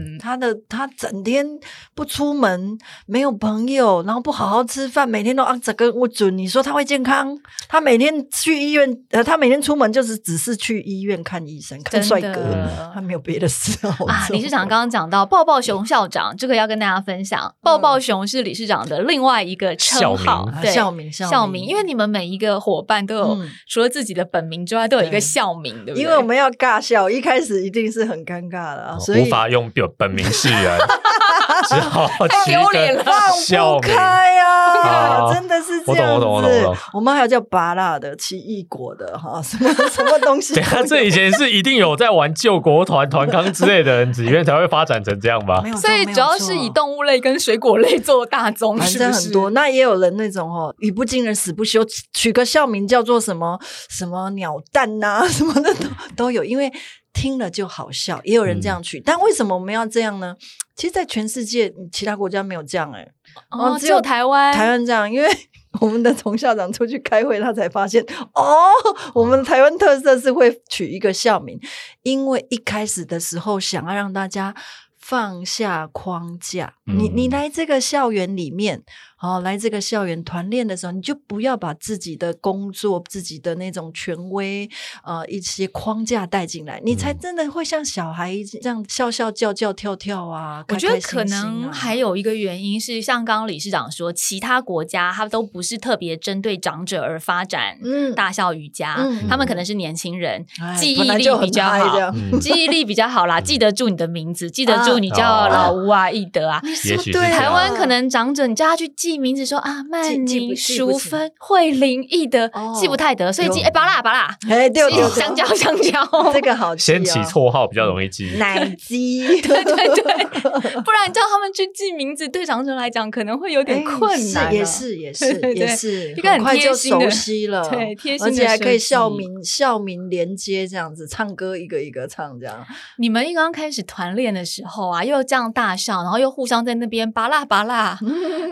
Speaker 2: 嗯，
Speaker 3: 他的他整天不出门，没有朋友，然后不好好吃饭，每天都啊按着跟我准，你说他会健康？他每天去医院，呃，他每天出门就是只是去医院看医生，看帅
Speaker 2: 真
Speaker 3: 哥，
Speaker 2: 的
Speaker 3: 他没有别的事好
Speaker 2: 啊，
Speaker 3: 做
Speaker 2: 理事长刚刚讲到抱抱熊校长，这个要跟大家分享。抱抱熊是理事长的另外一个称
Speaker 1: 校
Speaker 2: 号
Speaker 1: 名，
Speaker 2: 对，
Speaker 3: 啊嗯校名
Speaker 2: 校
Speaker 3: 校
Speaker 2: 名，
Speaker 3: 名
Speaker 2: 因为你们每一个伙伴都有、
Speaker 3: 嗯
Speaker 2: 除了自己的本名之外，都有一个
Speaker 3: 对
Speaker 2: 校名，对不对？
Speaker 3: 因为我们要尬笑，一开始一定是很尴尬的、啊，所
Speaker 1: 哦无
Speaker 3: 以
Speaker 1: 法用本本名 示人，只好起
Speaker 3: 哎
Speaker 2: 丢脸
Speaker 1: 一
Speaker 2: 了
Speaker 1: 个
Speaker 3: 放
Speaker 1: 校
Speaker 3: 不
Speaker 1: 名。
Speaker 3: 开啊，
Speaker 1: 啊
Speaker 3: 真的是这
Speaker 1: 我懂
Speaker 3: 样
Speaker 1: 我
Speaker 3: 子。
Speaker 1: 懂我懂我懂
Speaker 3: 我们还有叫拔辣的、奇异果的哈，什么什么东西都
Speaker 1: 等一下，
Speaker 3: 有。
Speaker 1: 这啊以前是一定有在玩救国团、团康之类的人，里面才会发展成这样吧
Speaker 3: 没？有错
Speaker 2: 所以
Speaker 3: 没有
Speaker 2: 主要是以动物类跟水果类做大宗，
Speaker 3: 反
Speaker 2: 是
Speaker 3: 正
Speaker 2: 不是
Speaker 3: 很多，那也有人那种哦，语不惊人死不休，取取个校名叫做什么什么鸟蛋呐、 什么的都都有，因为听了就好笑，也有人这样取。但为什么我们要这样呢？其实，在全世界嗯其他国家没有这样哎、
Speaker 2: 哦，
Speaker 3: 哦只
Speaker 2: 只有
Speaker 3: 有
Speaker 2: 台湾，
Speaker 3: 台湾这样，因为我们的童校长出去开会，他才发现哦，我们台湾特色是会取一个校名，因为一开始的时候想要让大家放下框架，你
Speaker 1: 嗯
Speaker 3: 你来这个校园里面。哦，来这个校园团练的时候，你就不要把自己的工作、自己的那种权威，呃，一些框架带进来，你才
Speaker 1: 嗯
Speaker 3: 真的会像小孩一这样笑笑、叫叫、跳跳啊。
Speaker 2: 我
Speaker 3: 开
Speaker 2: 觉得
Speaker 3: 开心
Speaker 2: 可
Speaker 3: 心
Speaker 2: 能
Speaker 3: 啊
Speaker 2: 还有一个原因是，像刚刚理事长说，其他国家它都不是特别针对长者而发展
Speaker 3: 嗯
Speaker 2: 大笑瑜伽，
Speaker 3: 嗯
Speaker 2: 他们可能是年轻人，
Speaker 3: 哎
Speaker 2: 记忆
Speaker 3: 本来
Speaker 2: 力
Speaker 3: 就很
Speaker 2: 比较
Speaker 3: 嗨这
Speaker 2: 好。
Speaker 3: 样
Speaker 1: 嗯
Speaker 2: 记忆力比较好啦，记得住你的名字，记得住你
Speaker 1: 啊
Speaker 2: 叫老吴啊、易德啊。
Speaker 1: 也许是
Speaker 3: 哦对
Speaker 1: 这样
Speaker 2: 台湾可
Speaker 3: 啊
Speaker 2: 能长者，你叫他去记名字，说啊，曼
Speaker 3: 记不
Speaker 2: 宁、
Speaker 3: 记不
Speaker 2: 淑
Speaker 3: 起
Speaker 2: 芬、慧玲、易德
Speaker 3: 哦，
Speaker 2: 记不太得，所以记
Speaker 3: 有
Speaker 2: 哎，拔啦拔啦，
Speaker 3: 哎，对对，
Speaker 2: 香蕉香蕉，
Speaker 3: 这个好记哦
Speaker 1: 先起绰号比较容易记。
Speaker 3: 奶鸡，对
Speaker 2: 对对，不然叫他们去记名字，对长者来讲可能会有点困难、啊
Speaker 3: 也。哎是也是
Speaker 2: 对
Speaker 3: 也是，
Speaker 2: 一个很
Speaker 3: 很快
Speaker 2: 贴
Speaker 3: 就
Speaker 2: 心的
Speaker 3: 熟悉了，
Speaker 2: 对贴心
Speaker 3: 而且
Speaker 2: 的
Speaker 3: 还可以
Speaker 2: 设
Speaker 3: 校
Speaker 2: 计
Speaker 3: 名校名连接这样子，唱歌一个一个唱这样，
Speaker 2: 你们一刚开始团练的时候啊，又这样大笑，然后又互相在那边拔啦 拔啦，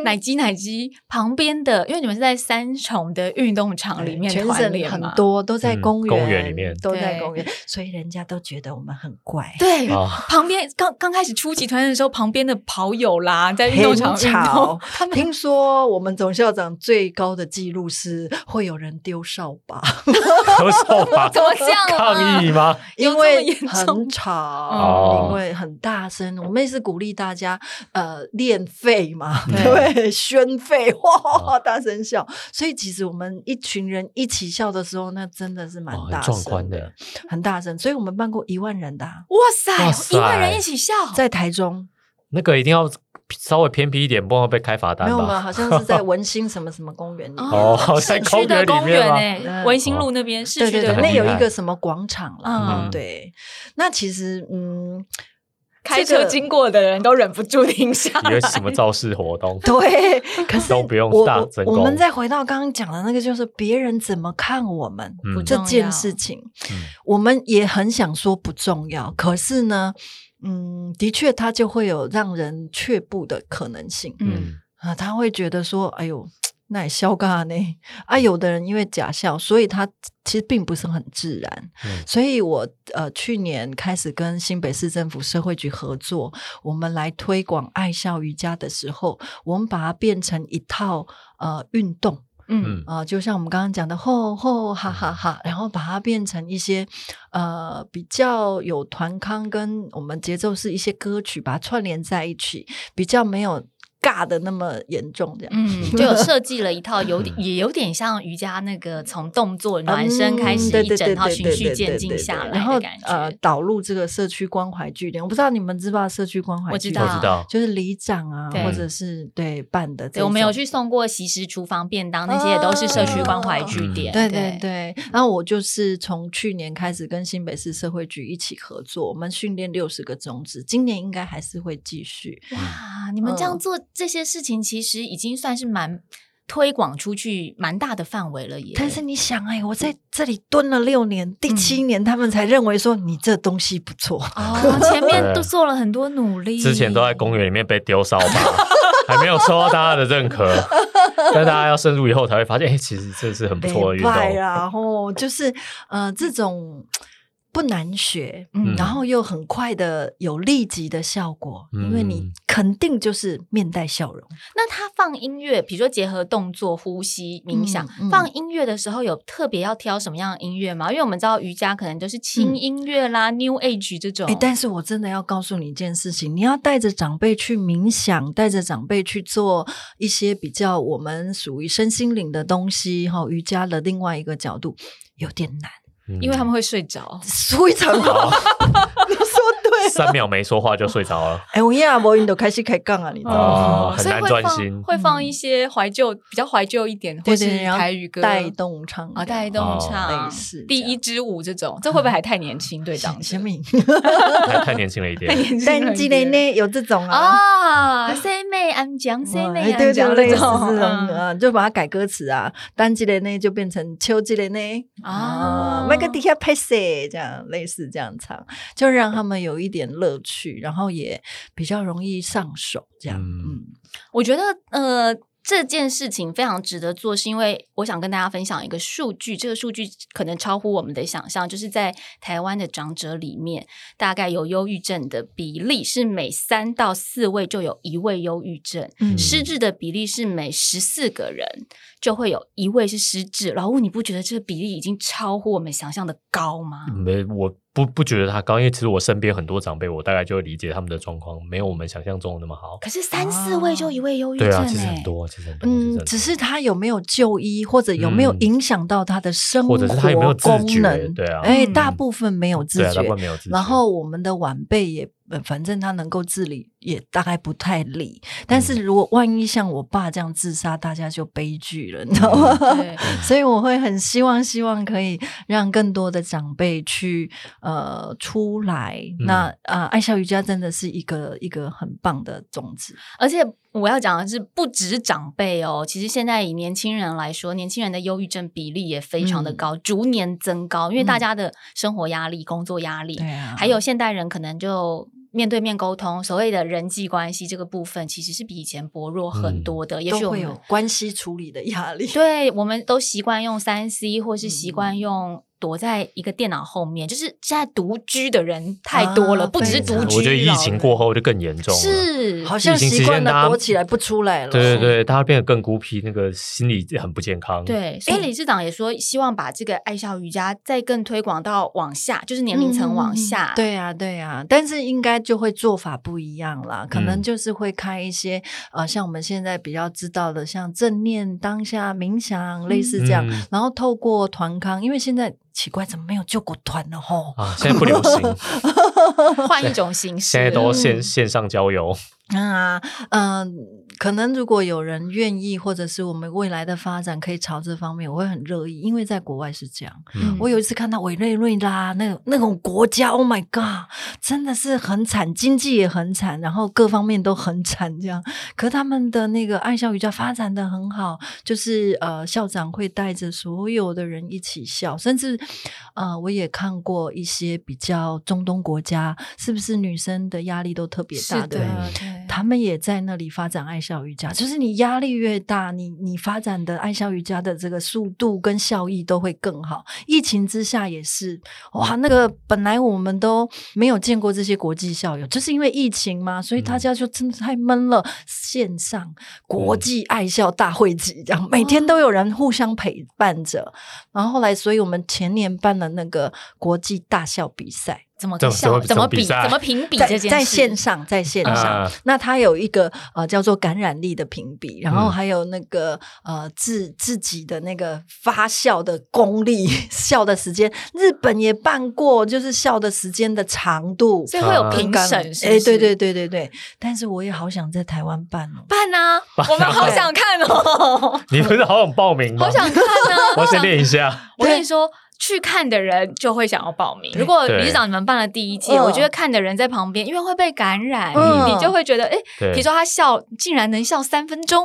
Speaker 2: 奶鸡奶鸡，旁边的，因为你们是在三重的运动场里面
Speaker 3: 哎全
Speaker 2: 团
Speaker 3: 省
Speaker 2: 练
Speaker 3: 很
Speaker 2: 嘛，
Speaker 3: 多都在
Speaker 1: 嗯
Speaker 3: 公园，
Speaker 1: 公园里面
Speaker 3: 都在
Speaker 2: 对
Speaker 3: 公园，所以人家都觉得我们很怪，
Speaker 2: 对。
Speaker 1: 啊，
Speaker 2: 旁边刚刚开始初期团练的时候，旁边的跑友啦，在运动场
Speaker 3: 很
Speaker 2: 运 动？
Speaker 3: 吵，。听说我们总校长最高的记录是会有人丢扫把，
Speaker 1: 咳嗽吧
Speaker 2: 怎么这样啊
Speaker 1: 抗议吗？
Speaker 3: 因
Speaker 2: 有这么
Speaker 3: 为
Speaker 2: 严重
Speaker 3: 很吵
Speaker 1: 哦，
Speaker 3: 因为很大声。我们也是鼓励大家呃练肺嘛，
Speaker 2: 对
Speaker 3: 对，宣肺，
Speaker 1: 哦
Speaker 3: 哇，大声笑。所以其实我们一群人一起笑的时候，那真的是蛮
Speaker 1: 哦
Speaker 3: 大
Speaker 1: 很壮
Speaker 3: 声
Speaker 1: 观的，
Speaker 3: 很大声。所以我们办过一万人的啊，
Speaker 2: 哇
Speaker 1: 哇
Speaker 2: 塞，
Speaker 1: 塞
Speaker 2: 一万人一起笑，
Speaker 3: 在台中
Speaker 1: 那个一定要稍微偏僻一点，不然会被开罚
Speaker 3: 没
Speaker 1: 单
Speaker 3: 有吗？
Speaker 1: 吧？
Speaker 3: 好像是 在文心什么什么公园里面。
Speaker 1: 哦在
Speaker 2: 市区
Speaker 1: 公园
Speaker 2: 的
Speaker 1: 里面
Speaker 2: 公园
Speaker 1: 吗
Speaker 2: 哎，
Speaker 3: 嗯
Speaker 2: 文心路那边，市
Speaker 3: 对
Speaker 2: 区
Speaker 3: 对
Speaker 2: 的
Speaker 3: 对，
Speaker 2: 公
Speaker 3: 那
Speaker 2: 园
Speaker 3: 有
Speaker 1: 很
Speaker 3: 一
Speaker 1: 厉
Speaker 3: 个
Speaker 1: 害
Speaker 3: 什么广场啦，
Speaker 2: 嗯
Speaker 1: 嗯
Speaker 3: 对。那其实，嗯，
Speaker 2: 开
Speaker 3: 这
Speaker 2: 车
Speaker 3: 个
Speaker 2: 经过的人都忍不住嗯停下
Speaker 1: 以
Speaker 2: 来
Speaker 1: 为是什 么造势活 动？
Speaker 3: 对，可是
Speaker 1: 都不用
Speaker 3: 我
Speaker 1: 大
Speaker 3: 我
Speaker 1: 成
Speaker 3: 我们
Speaker 1: 功
Speaker 3: 再回到刚刚讲的那个，就是别人怎么看我们、
Speaker 1: 嗯不
Speaker 3: 这
Speaker 2: 重要
Speaker 3: 件事情，
Speaker 1: 嗯
Speaker 3: 我们也很想说不重要，可是呢。嗯，的确，它就会有让人却步的可能性
Speaker 2: 嗯，
Speaker 1: 嗯，
Speaker 3: 啊。他会觉得说：“哎呦，那也笑尬呢。”啊，有的人因为假笑，所以他其实并不是很自然。
Speaker 1: 嗯
Speaker 3: 所以我呃去年开始跟新北市政府社会局合作，我们来推广爱笑瑜伽的时候，我们把它变成一套呃运动。
Speaker 2: 嗯
Speaker 1: 嗯
Speaker 3: 啊、就像我们刚刚讲的，吼吼哈哈哈，然后把它变成一些呃比较有团康跟我们节奏是一些歌曲，把它串联在一起，比较没有尬的那么严重这样。
Speaker 2: 嗯，就有 设计了一套有点也有点像瑜伽那个从动作暖身开始
Speaker 3: 嗯对
Speaker 2: 一
Speaker 3: 对
Speaker 2: 整套
Speaker 3: 对
Speaker 2: 循
Speaker 3: 对
Speaker 2: 序
Speaker 3: 对
Speaker 2: 渐
Speaker 3: 对
Speaker 2: 进
Speaker 3: 对
Speaker 2: 下
Speaker 3: 对
Speaker 2: 来
Speaker 3: 然后
Speaker 2: 的感
Speaker 3: 呃
Speaker 2: 觉。
Speaker 3: 导入这个社区关怀据点，我不知道你们知不知道社区关怀
Speaker 2: 我
Speaker 3: 据
Speaker 2: 知
Speaker 3: 点
Speaker 1: 我知道，
Speaker 3: 就是里长啊，
Speaker 2: 对
Speaker 3: 或者是对办的这
Speaker 2: 对，我们有
Speaker 3: 种
Speaker 2: 去送过习食厨房便当，那些也都是社区关怀据点。
Speaker 3: 对对，对，然后我就是从去年开始跟新北市社会局一起合作，我们训练六十个种子，今年应该还是会继续。
Speaker 2: 哇，你们这样
Speaker 3: 嗯
Speaker 2: 做这些事情，其实已经算是蛮推广出去蛮大的范围了耶。
Speaker 3: 但是你想，哎，我在这里蹲了六年，第
Speaker 2: 嗯
Speaker 3: 七年他们才认为说你这东西不错。
Speaker 2: 哦，前面
Speaker 1: 对
Speaker 2: 都做了很多努力，
Speaker 1: 之前都在公园里面被丢扫把， 还没有受到大家的认可，但大家要深入以后才会发现，哎，其实这是很不错的运动。
Speaker 3: 拜然后啊就是呃，这种不难学，
Speaker 1: 嗯
Speaker 2: 嗯，
Speaker 3: 然后又很快的有立即的效果，因为你
Speaker 1: 嗯
Speaker 3: 肯定就是面带笑容。
Speaker 2: 那他放音乐，比如说结合动作、呼吸、冥想，
Speaker 3: 嗯嗯
Speaker 2: 放音乐的时候有特别要挑什么样的音乐吗？因为我们知道瑜伽可能就是轻
Speaker 3: 嗯
Speaker 2: 音乐啦、New Age 这种。
Speaker 3: 哎、但是我真的要告诉你一件事情，你要带着长辈去冥想，带着长辈去做一些比较我们属于身心灵的东西，哈、瑜伽的另外一个角度有点难，
Speaker 1: 嗯
Speaker 2: 因为他们会睡着，
Speaker 3: 非 常好， 你说对。
Speaker 1: 哦三秒没说话就睡着了，
Speaker 3: 哎，我呀，我你都开始开杠啊，你知道吗？
Speaker 1: 哦很
Speaker 2: 所以
Speaker 1: 难
Speaker 2: 会
Speaker 1: 专
Speaker 2: 放
Speaker 1: 心
Speaker 2: 会放一些怀旧、比较怀旧一点，或
Speaker 3: 嗯对
Speaker 2: 是
Speaker 3: 对对，然后
Speaker 2: 台语歌
Speaker 3: 带动唱
Speaker 2: 啊，带
Speaker 3: 动
Speaker 2: 动
Speaker 1: 哦
Speaker 2: 唱、
Speaker 3: 类似
Speaker 2: 第
Speaker 3: 这
Speaker 2: 一
Speaker 3: 样
Speaker 2: 支舞这种，这会不会还太年轻？ 对长者
Speaker 3: 什 么？
Speaker 1: 太太年轻了一点
Speaker 2: 太。年轻了
Speaker 3: 但
Speaker 2: 一
Speaker 3: 今年
Speaker 2: 点。
Speaker 3: 呢有这种啊。
Speaker 2: 啊，C 妹安江，C
Speaker 3: 哇
Speaker 2: 妹
Speaker 3: 哎对
Speaker 2: 安江
Speaker 3: 对
Speaker 2: 这
Speaker 3: 类似这
Speaker 2: 种
Speaker 3: 种
Speaker 2: 嗯
Speaker 3: 啊，就把它改歌词啊，单季的呢就变成秋季的呢
Speaker 2: 啊
Speaker 3: 啊，麦克底下拍谁这样类似这样唱，就让他们有一点乐趣，然后也比较容易上手这样。
Speaker 1: 嗯
Speaker 3: 嗯，
Speaker 2: 我觉得呃，这件事情非常值得做，是因为我想跟大家分享一个数据，这个数据可能超乎我们的想象，就是在台湾的长者里面，大概有忧郁症的比例是每三到四位就有一位忧郁症，
Speaker 3: 嗯
Speaker 2: 失智的比例是每十四个人就会有一位是失智。老吴，你不觉得这个比例已经超乎我们想象的高吗？
Speaker 1: 没，我不不觉得他高，因为其实我身边很多长辈，我大概就会理解他们的状况，没有我们想象中的那么好。
Speaker 2: 可是三四位就一位忧郁症、
Speaker 1: 对
Speaker 2: 欸
Speaker 1: 啊，其实很多，其实很多，其实很
Speaker 3: 嗯
Speaker 1: 多，
Speaker 3: 只是他有没有就医，或者有没有
Speaker 1: 嗯
Speaker 3: 影响到他的生活
Speaker 1: 或
Speaker 3: 功
Speaker 1: 者是
Speaker 3: 能？
Speaker 1: 他有没有自觉对啊
Speaker 3: 哎，
Speaker 2: 嗯
Speaker 3: 大部分没有自
Speaker 1: 对啊，
Speaker 3: 觉
Speaker 1: 大部，分没有自己。
Speaker 3: 然后我们的晚辈也，呃反正他能够自理，也大概不太理。但
Speaker 1: 嗯
Speaker 3: 是如果万一像我爸这样自杀，大家就悲剧了，你知道
Speaker 1: 嗯
Speaker 3: 吗？
Speaker 2: 对，
Speaker 3: 所以我会很希望，希望可以让更多的长辈去呃出来。
Speaker 1: 嗯
Speaker 3: 那呃，爱笑瑜伽真的是一个一个很棒的种子。
Speaker 2: 而且我要讲的是，不只是长辈哦，其实现在以年轻人来说，年轻人的忧郁症比例也非常
Speaker 3: 嗯
Speaker 2: 的高，逐年增高，因为大家的生活压力、工作压力，
Speaker 3: 啊
Speaker 2: 还有现代人可能就。面对面沟通，所谓的人际关系这个部分，其实是比以前薄弱很多的。也
Speaker 3: 嗯
Speaker 2: 许
Speaker 3: 都
Speaker 2: 我
Speaker 3: 会
Speaker 2: 们
Speaker 3: 有关系处理的压力。
Speaker 2: 对，我们都习惯用三 C，或是习
Speaker 3: 嗯
Speaker 2: 惯用躲在一个电脑后面。就是现在独居的人太多了，
Speaker 3: 啊
Speaker 2: 不只是
Speaker 3: 非
Speaker 2: 独
Speaker 3: 常
Speaker 2: 居老人，
Speaker 1: 我觉得疫情过后就更严重了。
Speaker 2: 是
Speaker 3: 好像
Speaker 1: 疫情期
Speaker 3: 习惯
Speaker 1: 间大
Speaker 3: 了
Speaker 1: 家
Speaker 3: 躲起来不出来了。哦
Speaker 1: 对对对，大家变得更孤僻，那个心理很不健康。，
Speaker 2: 对，所以嗯哎理事长也说，希望把这个爱笑瑜伽再更推广到往下，就是年龄层往下。
Speaker 3: 嗯对呀、对呀、但是应该就会做法不一样啦，可能
Speaker 1: 嗯
Speaker 3: 就是会开一些、呃，像我们现在比较知道的，像正念、当下冥想，类似这样，
Speaker 1: 嗯
Speaker 3: 然后透过团康，因为现在奇怪怎么没有救国团了吼？
Speaker 1: 啊，现在不流 行，
Speaker 2: 换一种形式。
Speaker 1: 现在都线
Speaker 3: 嗯
Speaker 1: 线上交友。
Speaker 3: 嗯啊，嗯、可能如果有人愿意，或者是我们未来的发展可以朝这方面，我会很乐意，因为在国外是这样。
Speaker 2: 嗯
Speaker 3: 我有一次看到委内瑞拉那种那种国家，Oh my god，真的是很惨，经济也很惨，然后各方面都很惨，这样。可他们的那个爱笑瑜伽发展的很好，就是呃，校长会带着所有的人一起笑，甚至呃，我也看过一些比较中东国家，是不是女生的压力都特别大
Speaker 2: 是
Speaker 3: 的？
Speaker 2: 的
Speaker 3: 对不对
Speaker 1: 嗯，
Speaker 2: 对
Speaker 3: 他们也在那里发展爱笑瑜伽，就是你压力越大，你你发展的爱笑瑜伽的这个速度跟效益都会更好。疫情之下也是，哇，那个本来我们都没有见过这些国际校友，就是因为疫情嘛，所以大家就真的太闷了。线上国际爱笑大会集，这样每天
Speaker 2: 哦
Speaker 3: 都有人互相陪伴着。然后后来，所以我们前年办了那个国际大笑比赛。
Speaker 2: 怎么
Speaker 1: 怎么怎
Speaker 2: 笑？
Speaker 1: 么怎
Speaker 2: 怎么
Speaker 1: 么比
Speaker 2: 比？
Speaker 1: 赛
Speaker 2: 怎么评比
Speaker 3: 在
Speaker 2: 这件事？
Speaker 3: 在线上，在线上，
Speaker 1: 啊
Speaker 3: 那它有一个呃叫做感染力的评比，然后
Speaker 1: 嗯
Speaker 3: 还有那个呃自自己的那个发笑的功力、笑的时间，日本也办过，就是笑的时间的长度。
Speaker 2: 所以会有
Speaker 1: 啊
Speaker 2: 评
Speaker 3: 跟
Speaker 2: 审。是不
Speaker 3: 哎，
Speaker 2: 是
Speaker 3: 对对，对对对，但是我也好想在台湾办哦。
Speaker 2: 办啊！我们好想看哦，
Speaker 1: 你不是好想报名吗？
Speaker 2: 好想看啊！
Speaker 1: 我要先练一 下。
Speaker 2: 我跟你说。去看的人就会想要报名。如果
Speaker 1: 对
Speaker 2: 理事长你们办了第一届，
Speaker 3: 嗯
Speaker 2: 我觉得看的人在旁边，因为会被感染，
Speaker 3: 嗯
Speaker 2: 你就会觉得，哎，
Speaker 1: 对，
Speaker 2: 比如说他笑，竟然能笑三分钟，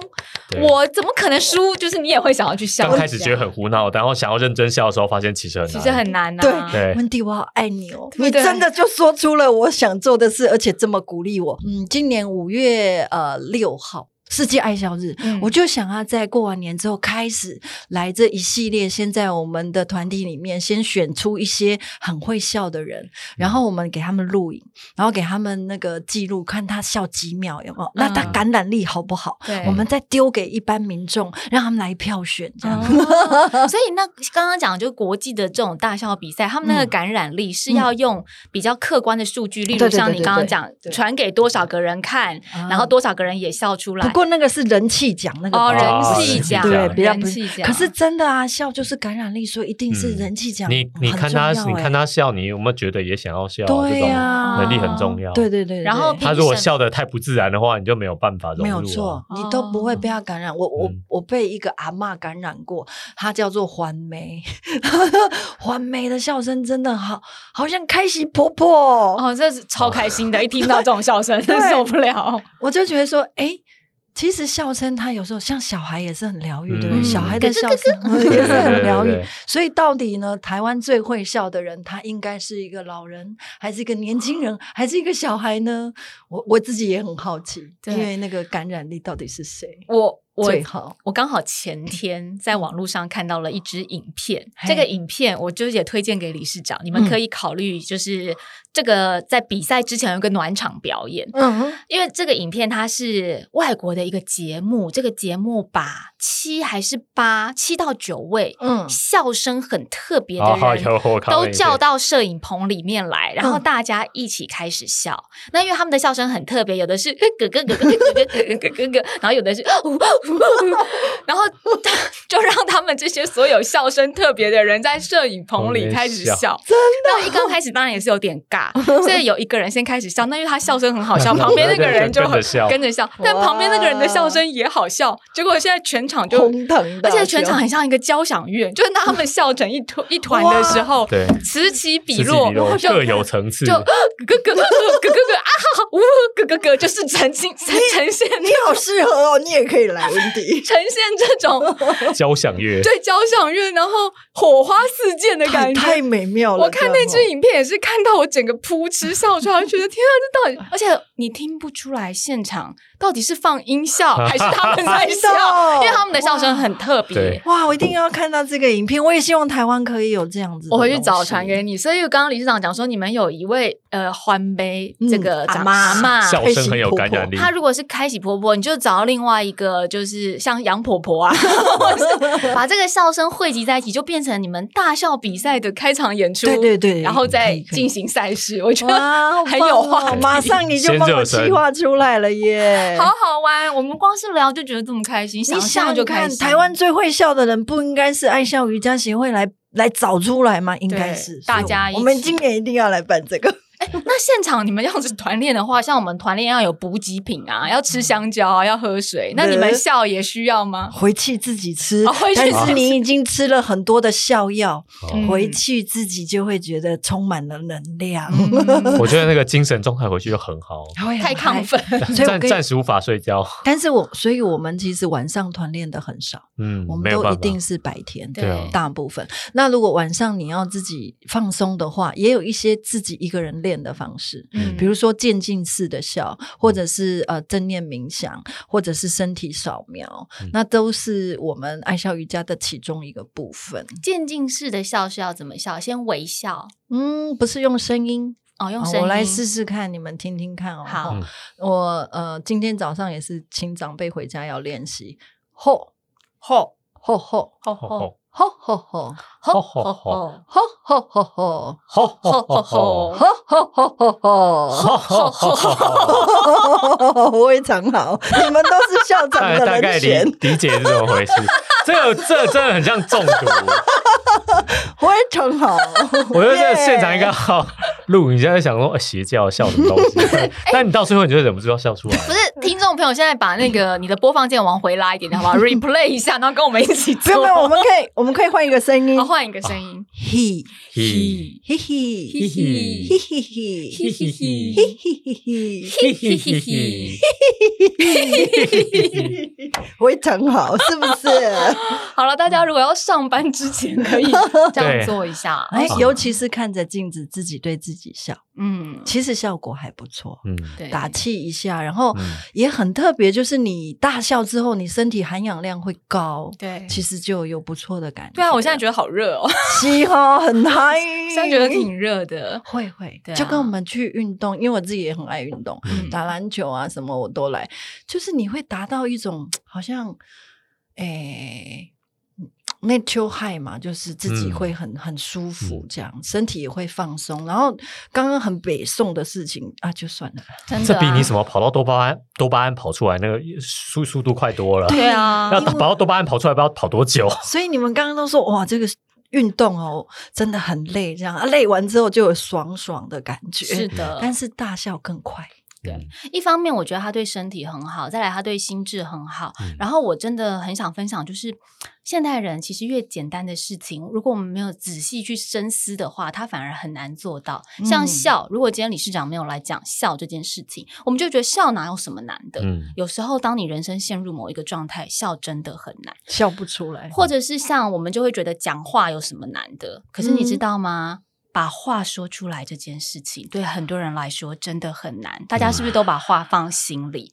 Speaker 1: 对
Speaker 2: 我怎么可能输？就是你也会想要去笑一下。
Speaker 1: 刚开始觉得很胡闹，然后想要认真笑的时候，发现其实很难。
Speaker 2: 其实很难啊呐、
Speaker 3: 对
Speaker 1: 对
Speaker 3: 温迪，我好爱你哦！
Speaker 2: 对
Speaker 3: 你
Speaker 2: 不对
Speaker 3: 真的就说出了我想做的事，而且这么鼓励我。嗯，今年五月呃六号。世界爱笑日，
Speaker 2: 嗯
Speaker 3: 我就想要在过完年之后开始来这一系列。先在我们的团体里面，先选出一些很会笑的人，然后我们给他们录影，然后给他们那个记录，看他笑几秒有没有，那他
Speaker 2: 嗯
Speaker 3: 感染力好不好？
Speaker 2: 对
Speaker 3: 我们再丢给一般民众，让他们来票选这样。
Speaker 2: 哦所以那刚刚讲就是国际的这种大笑比赛，他们那个
Speaker 3: 嗯
Speaker 2: 感染力是要用比较客观的数据，例如
Speaker 3: 对对
Speaker 2: 像
Speaker 3: 对
Speaker 2: 你刚刚
Speaker 3: 对
Speaker 2: 讲
Speaker 3: 对
Speaker 2: 传给多少个人看，
Speaker 3: 啊
Speaker 2: 然后多少个人也笑出来。
Speaker 3: 不过那个是人气奖，那个
Speaker 2: 哦，
Speaker 3: 不是
Speaker 1: 啊
Speaker 2: 人气
Speaker 1: 人气
Speaker 2: 奖，
Speaker 1: 奖
Speaker 3: 对，
Speaker 1: 人
Speaker 3: 比较不
Speaker 2: 气奖
Speaker 3: 可是真的啊，笑就是感染力，所以一定是
Speaker 1: 嗯
Speaker 3: 人气奖、
Speaker 1: 你你看他，你
Speaker 2: 欸
Speaker 1: 看
Speaker 3: 他，
Speaker 1: 他笑，你有没有觉得也想要笑
Speaker 3: 欸
Speaker 1: 啊？
Speaker 3: 对
Speaker 1: 这种
Speaker 3: 呀
Speaker 1: 能力很重要。
Speaker 3: 对对对对
Speaker 2: 然后
Speaker 1: 他如果笑得太不自然的话，你就没有办法融入、啊。
Speaker 3: 没有错，你都不会被他感染。我我
Speaker 1: 嗯
Speaker 3: 我被一个阿嬷感染过，她叫做环 梅，环梅的笑声真的好，好像开喜婆婆。
Speaker 2: 哦，这是超开 心的，一听到这种笑声真受不了。
Speaker 3: 我就觉得说，哎。其实笑声，它有时候像小孩也是很疗愈的，
Speaker 1: 嗯
Speaker 3: 小孩的笑声
Speaker 1: 对
Speaker 3: 也是
Speaker 1: 对
Speaker 3: 很
Speaker 1: 对
Speaker 3: 疗
Speaker 1: 对
Speaker 3: 愈
Speaker 1: 对。
Speaker 3: 所以到底呢，台湾最会笑的人，他应该是一个老人，还是一个年轻人，还是一个小孩呢？我我自己也很好奇，
Speaker 2: 对
Speaker 3: 因为那个感染力到底是谁？
Speaker 2: 我我
Speaker 3: 最好。
Speaker 2: 我刚好前天在网络上看到了一支影片，
Speaker 3: 嘿嗯
Speaker 2: 这个影片我就也推荐给理事长，你们可以考虑，就是这个在比赛之前有一个暖场表演，
Speaker 3: 嗯，
Speaker 2: 因为这个影片它是外国的一个节目，这个节目把七还是八七到九位，
Speaker 3: 嗯
Speaker 2: 笑声很特别的
Speaker 1: 好好
Speaker 2: 人。
Speaker 1: 有我看
Speaker 2: 都
Speaker 1: 了一
Speaker 2: 叫
Speaker 1: 遍
Speaker 2: 到摄影棚里面来，然后大家一起开始笑。那因为他们的笑声很特别，有的是咯咯咯咯咯咯咯咯咯咯，然后有的是呜呜呜，然后就让他们这些所有笑声特别的人在摄影棚里开始
Speaker 1: 我在
Speaker 2: 笑。真的，那一刚开始当然也是有点尬，所以有一个人先开始笑，那因为他笑声很好笑，旁边那个人就
Speaker 1: 跟着笑
Speaker 2: 跟着笑，但旁边那个人的笑声也好笑，结果现在全场就
Speaker 3: 哄堂大
Speaker 2: 而
Speaker 3: 笑
Speaker 2: 且全场很像一个交响乐，就是当他们笑成一团一团的时候，
Speaker 1: 对
Speaker 2: 此起彼
Speaker 1: 此起
Speaker 2: 落，
Speaker 1: 彼落
Speaker 2: 就
Speaker 1: 各有层次，
Speaker 2: 就呃咯咯咯咯咯咯啊，呜咯咯咯，就是呈现呈呈现。
Speaker 3: 你好适合哦，你也可以来温迪
Speaker 2: 呈现这种
Speaker 1: 交响乐。
Speaker 2: 对交响乐，然后火花四溅的
Speaker 3: 太
Speaker 2: 感觉，
Speaker 3: 太美妙了！哦
Speaker 2: 我看那支影片也是看到我整个扑哧笑出来，我觉得天啊，这 到底……而且你听不出来现场到底是放音 效还是他们在 笑
Speaker 3: 真的哦，
Speaker 2: 因为他们的笑声很特别
Speaker 1: 对。
Speaker 3: 这样哦哇，我一定要看到这个影片，我也希望台湾可以有这样子的
Speaker 2: 我
Speaker 3: 东西。
Speaker 2: 回去找传给你。所以刚刚理事长讲说，你们有一位呃欢杯
Speaker 3: 嗯
Speaker 2: 这个
Speaker 3: 阿
Speaker 2: 长
Speaker 3: 嬷
Speaker 2: 阿嬷
Speaker 1: 笑声很有感染力，
Speaker 2: 她如果是开喜婆婆，你就找到另外一个，就是像杨婆婆啊， 或是把这个笑声汇集在一起，就变成你们大笑比赛的开场演出。
Speaker 3: 对对对，
Speaker 2: 然后再
Speaker 3: 可以可以
Speaker 2: 进行赛事，我觉得
Speaker 3: 哇，哦
Speaker 2: 很有话
Speaker 3: 话，
Speaker 2: 题
Speaker 3: 马上你就
Speaker 1: 先
Speaker 3: 帮
Speaker 1: 热
Speaker 3: 我
Speaker 1: 身
Speaker 3: 计划出来了耶！
Speaker 2: 好好玩。我们光是聊就觉得这么开心，
Speaker 3: 你
Speaker 2: 象
Speaker 3: 想想
Speaker 2: 就开
Speaker 3: 看，
Speaker 2: 心。
Speaker 3: 台湾最会笑的人，不应该是爱笑瑜伽协会来来找出来吗？应该是
Speaker 2: 对大家
Speaker 3: 所以
Speaker 2: 一
Speaker 3: 我我们
Speaker 2: 起
Speaker 3: 今年一定要来办这 个。
Speaker 2: 那现场你们要是团练的话，像我们团练要有补给品 啊，要吃香蕉啊，要喝水。那你们
Speaker 3: 对
Speaker 2: 笑也需要吗？
Speaker 3: 回去自己吃，
Speaker 2: 哦回去
Speaker 3: 但
Speaker 2: 自己
Speaker 3: 是你已经吃了很多的效药，
Speaker 2: 嗯
Speaker 3: 回去自己就会觉得充满了能量，
Speaker 2: 嗯
Speaker 1: 我觉得那个精神状态回去就很好，
Speaker 3: 会很嗨
Speaker 2: 太亢。奋。
Speaker 3: 所以我
Speaker 1: 暂
Speaker 3: 跟
Speaker 1: 暂时无法睡觉。
Speaker 3: 但是我，所以我们其实晚上团练的很少，
Speaker 1: 嗯
Speaker 3: 我，
Speaker 1: 没
Speaker 3: 们
Speaker 1: 有
Speaker 3: 都
Speaker 1: 办
Speaker 3: 一
Speaker 1: 法。
Speaker 3: 定是白天，
Speaker 1: 对啊
Speaker 3: 大部分。那如果晚上你要自己放松的话，也有一些自己一个人练的方式，
Speaker 2: 嗯
Speaker 3: 比如说渐进式的笑，或者是呃正念冥想，或者是身体扫描，
Speaker 1: 嗯
Speaker 3: 那都是我们爱笑瑜伽的其中一个部分。
Speaker 2: 渐进式的笑是要怎么笑？先微笑
Speaker 3: 嗯，不是用声音，
Speaker 2: 哦，用
Speaker 3: 啊
Speaker 2: 声音。
Speaker 3: 我来试试看，你们听听看哦。
Speaker 2: 好
Speaker 3: 哦我呃今天早上也是请长辈回家要练习，吼吼吼吼
Speaker 1: 吼
Speaker 2: 吼吼
Speaker 1: 吼
Speaker 3: 吼吼吼
Speaker 2: 吼
Speaker 1: 吼
Speaker 3: 吼吼
Speaker 1: 吼吼
Speaker 2: 吼吼
Speaker 3: 吼吼
Speaker 1: 吼吼
Speaker 2: 吼吼
Speaker 3: 吼
Speaker 1: 吼吼
Speaker 2: 吼。
Speaker 3: 吼吼吼吼。
Speaker 1: 吼吼吼 吼，
Speaker 3: 我也长好，你们都是校长
Speaker 1: 大
Speaker 3: 的
Speaker 1: 大
Speaker 3: 人
Speaker 1: 概理
Speaker 3: 选，
Speaker 1: 理解是怎么回事。这个这真的很像中毒，
Speaker 3: 我也长好。
Speaker 1: 我觉得这个现场应该要录。你现在想说哎邪教笑什么东西？但你到最后你就忍不住要笑出来。
Speaker 2: 不是听众朋友，现在把那个你的播放键往回拉一点， 好不好？Replay 一下，然后跟我们一起
Speaker 3: 不
Speaker 2: 做。
Speaker 3: 用不用，我们可以我们可以换一个声音
Speaker 2: 好，，换一个声 音。
Speaker 3: 嘿
Speaker 1: 哦
Speaker 3: 嘿
Speaker 1: 嘿
Speaker 3: 嘿
Speaker 2: 嘿嘿
Speaker 3: 嘿嘿嘿嘿嘿嘿
Speaker 2: 嘿嘿嘿
Speaker 3: 嘿，
Speaker 1: 嘿嘿嘿嘿，
Speaker 3: 我也长好，是不是？
Speaker 2: 好了，大
Speaker 3: 嗯
Speaker 2: 家如果要上班之前 可以这样
Speaker 1: 对
Speaker 2: 做一下。
Speaker 3: 哎，尤其是看着镜子自己对自己笑，
Speaker 2: 嗯，
Speaker 3: 其实效果还不错。
Speaker 1: 嗯，
Speaker 2: 对，
Speaker 3: 打气一下，然后
Speaker 1: 嗯
Speaker 3: 也很特别，就是你大笑之后，你身体含氧量会高，
Speaker 2: 对
Speaker 3: 其实就有不错的感觉。
Speaker 2: 对啊，我现在觉得好热哦，
Speaker 3: 嘻哈很嗨，
Speaker 2: 现在觉得挺热的。
Speaker 3: 会会
Speaker 2: 对，啊
Speaker 3: 就跟我们去运动，因为我自己也很爱运动，
Speaker 2: 嗯
Speaker 3: 打篮球啊什么我都来，就是你会达到一种好像，诶、那秋害嘛，就是自己
Speaker 1: 嗯
Speaker 3: 会很、很舒
Speaker 2: 嗯
Speaker 3: 服，这样身体也会放松。然后刚刚很北宋的事情啊，就算了，
Speaker 2: 真的
Speaker 1: 这
Speaker 2: 啊
Speaker 1: 比你什么跑到多巴胺多巴胺跑出来那个速速度快多了。
Speaker 2: 对啊
Speaker 1: 要
Speaker 3: 因为
Speaker 1: 跑到多巴胺跑出来，不知道跑多久。
Speaker 3: 所以你们刚刚都说哇，这个运动哦真的很累，这样啊，累完之后就有爽爽的感觉，
Speaker 2: 是 的，
Speaker 3: 但是大笑更快。
Speaker 2: 对一方面，我觉得他对身体很好，再来他对心智很好。
Speaker 1: 嗯
Speaker 2: 然后我真的很想分享，就是现代人其实越简单的事情，如果我们没有仔细去深思的话，他反而很难做到。像
Speaker 3: 嗯
Speaker 2: 笑，如果今天理事长没有来讲笑这件事情，我们就觉得笑哪有什么难的。
Speaker 1: 嗯，
Speaker 2: 有时候，当你人生陷入某一个状态，笑真的很
Speaker 3: 嗯
Speaker 2: 难。
Speaker 3: 笑不出来，
Speaker 2: 或者是像我们就会觉得讲话有什么难的，可是你知
Speaker 3: 嗯
Speaker 2: 道吗？把话说出来这件事情，对很多人来说真的很难。大家是不是都把话放心里？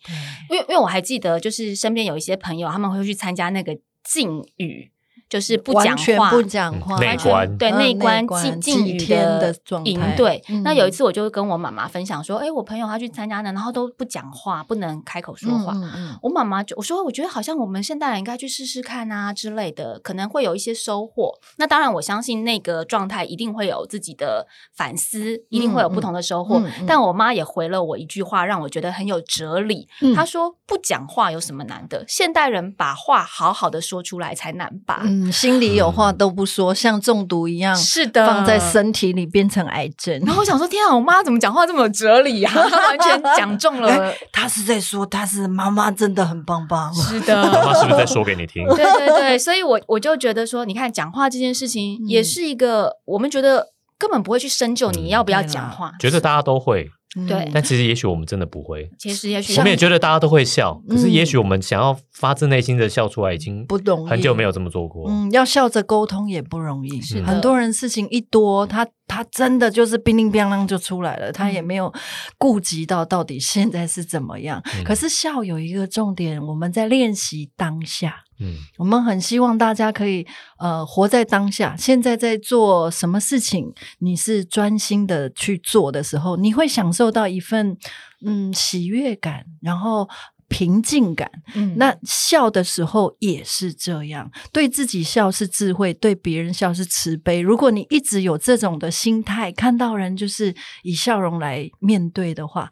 Speaker 2: 因为因为我还记得，就是身边有一些朋友，他们会去参加那个禁语，就是不
Speaker 3: 完
Speaker 2: 讲
Speaker 3: 全
Speaker 2: 话。
Speaker 3: 不讲话，
Speaker 1: 嗯内观
Speaker 2: 对
Speaker 3: 嗯
Speaker 2: 内观
Speaker 3: 观
Speaker 2: 禁禁
Speaker 3: 几
Speaker 2: 语
Speaker 3: 天的状
Speaker 2: 营
Speaker 3: 态
Speaker 2: 队
Speaker 3: 嗯。
Speaker 2: 那有一次，我就跟我妈妈分享说：“哎，我朋友他去参加呢，然后都不讲话，不能开口说话。
Speaker 3: 嗯嗯
Speaker 2: 我妈妈就我说，我觉得好像我们现代人应该去试试看啊之类的，可能会有一些收获。那当然，我相信那个状态一定会有自己的反思，一定会有不同的收获。
Speaker 3: 嗯嗯嗯
Speaker 2: 但我妈也回了我一句话，让我觉得很有哲理。
Speaker 3: 嗯
Speaker 2: 她说：“不讲话有什么难的？现代人把话好好的说出来才难吧？”
Speaker 3: 嗯，心里有话都不说，像中毒一样，
Speaker 2: 是的，
Speaker 3: 放在身体里变成癌症。
Speaker 2: 然后我想说，天啊，我妈怎么讲话这么有哲理啊？哎她 完全讲中 了。
Speaker 3: 他是在说，他是妈妈真的很棒棒。
Speaker 2: 是的，
Speaker 1: 妈妈是不是在说给你听？
Speaker 2: 对对对，所以我我就觉得说，你看讲话这件事情，也
Speaker 3: 嗯
Speaker 2: 是一个我们觉得根本不会去深究
Speaker 1: 嗯
Speaker 2: 你要不要
Speaker 3: 对啦
Speaker 2: 讲话。
Speaker 1: 觉得大家都会，
Speaker 3: 嗯
Speaker 2: 对
Speaker 1: 但其实也许我们真的不会。
Speaker 2: 其实也许
Speaker 1: 我们也觉得大家都会笑，可是
Speaker 3: 嗯
Speaker 1: 也许我们想要发自内心的笑出来，已经
Speaker 3: 不容易
Speaker 1: 很久没有这么做过。
Speaker 3: 嗯，要笑着沟通也不容易。
Speaker 2: 是
Speaker 1: 嗯
Speaker 2: 的
Speaker 3: 很多人事情一多，他他真的就是冰冰冰啷就出来
Speaker 2: 嗯
Speaker 3: 了，他也没有顾及到到底现在是怎么样。
Speaker 1: 嗯
Speaker 3: 可是笑有一个重点，我们在练习当下。
Speaker 1: 嗯，
Speaker 3: 我们很希望大家可以呃活在当下。现在在做什么事情，你是专心的去做的时候，你会享受到一份嗯喜悦感，然后平静感。
Speaker 2: 嗯
Speaker 3: 那笑的时候也是这样，对自己笑是智慧，对别人笑是慈悲。如果你一直有这种的心态，看到人就是以笑容来面对的话，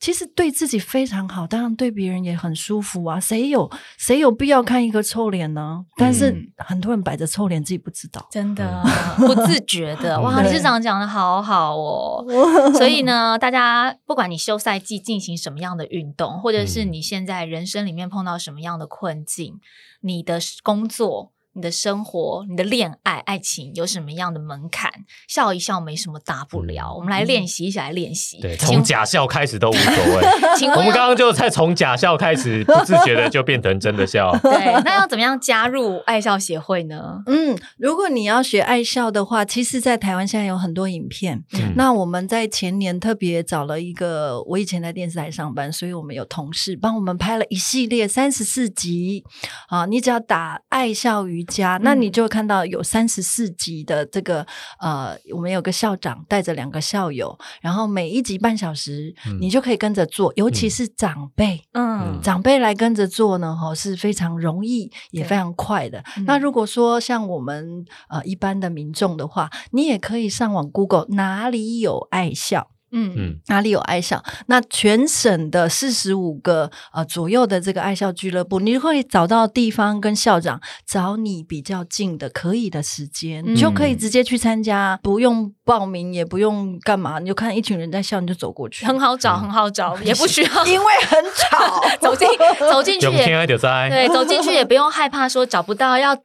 Speaker 3: 其实对自己非常好，当然对别人也很舒服啊。谁有谁有必要看一个臭脸呢？但是
Speaker 2: 嗯
Speaker 3: 很多人摆着臭脸，自己不知道。
Speaker 2: 真的不自觉 的，哇，
Speaker 1: 嗯对
Speaker 2: 理事长讲的好好哦。 所以呢，大家不管你休赛季进行什么样的运动，或者是
Speaker 1: 嗯
Speaker 2: 你现在人生里面碰到什么样的困境，你的工作。你的生活、你的恋爱、爱情有什么样的门槛？笑一笑没什么大不了。
Speaker 1: 嗯
Speaker 2: 我们来练习，一起来练习。
Speaker 1: 对，
Speaker 2: 请
Speaker 1: 从假笑开始都无 所谓。
Speaker 3: 啊
Speaker 2: 请
Speaker 1: 我
Speaker 2: 问
Speaker 1: 们
Speaker 2: 要
Speaker 1: 刚刚就在从假笑开始，不自觉的就变成真的 笑。
Speaker 2: 对，那要怎么样加入爱笑协会呢？
Speaker 3: 嗯，如果你要学爱笑的话，其实，在台湾现在有很多影片，
Speaker 1: 嗯
Speaker 3: 那我们在前年特别找了一个，我以前在电视台上班，所以我们有同事帮我们拍了一系列三十四集啊。你只要打“爱笑瑜伽”，那
Speaker 1: 嗯
Speaker 3: 你就会看到有三十四集的这个呃，我们有个校长带着两个校友，然后每一集半小时，
Speaker 1: 嗯
Speaker 3: 你就可以跟着做，尤其是长辈。
Speaker 2: 嗯
Speaker 1: 嗯，
Speaker 3: 长辈来跟着做呢，哈是非常容易也
Speaker 2: 对
Speaker 3: 非常快的。
Speaker 2: 嗯
Speaker 3: 那如果说像我们呃一般的民众的话，你也可以上网 Google 哪里有爱笑。
Speaker 2: 嗯
Speaker 1: 嗯
Speaker 3: 哪里有爱笑？那全省的四十五个呃左右的这个爱笑俱乐部，你会找到地方跟校长找你比较近的可以的时间，
Speaker 2: 嗯
Speaker 3: 你就可以直接去参加，不用报名，也不用干嘛，你就看一群人在笑，你就走过去，
Speaker 2: 很好
Speaker 1: 嗯
Speaker 2: 找，很好 找，也不需要
Speaker 3: 因为很吵，
Speaker 2: 走进 走进去
Speaker 1: 永
Speaker 2: 也
Speaker 1: 天爱就在，
Speaker 2: 对，走进去也不用害怕说找不到，要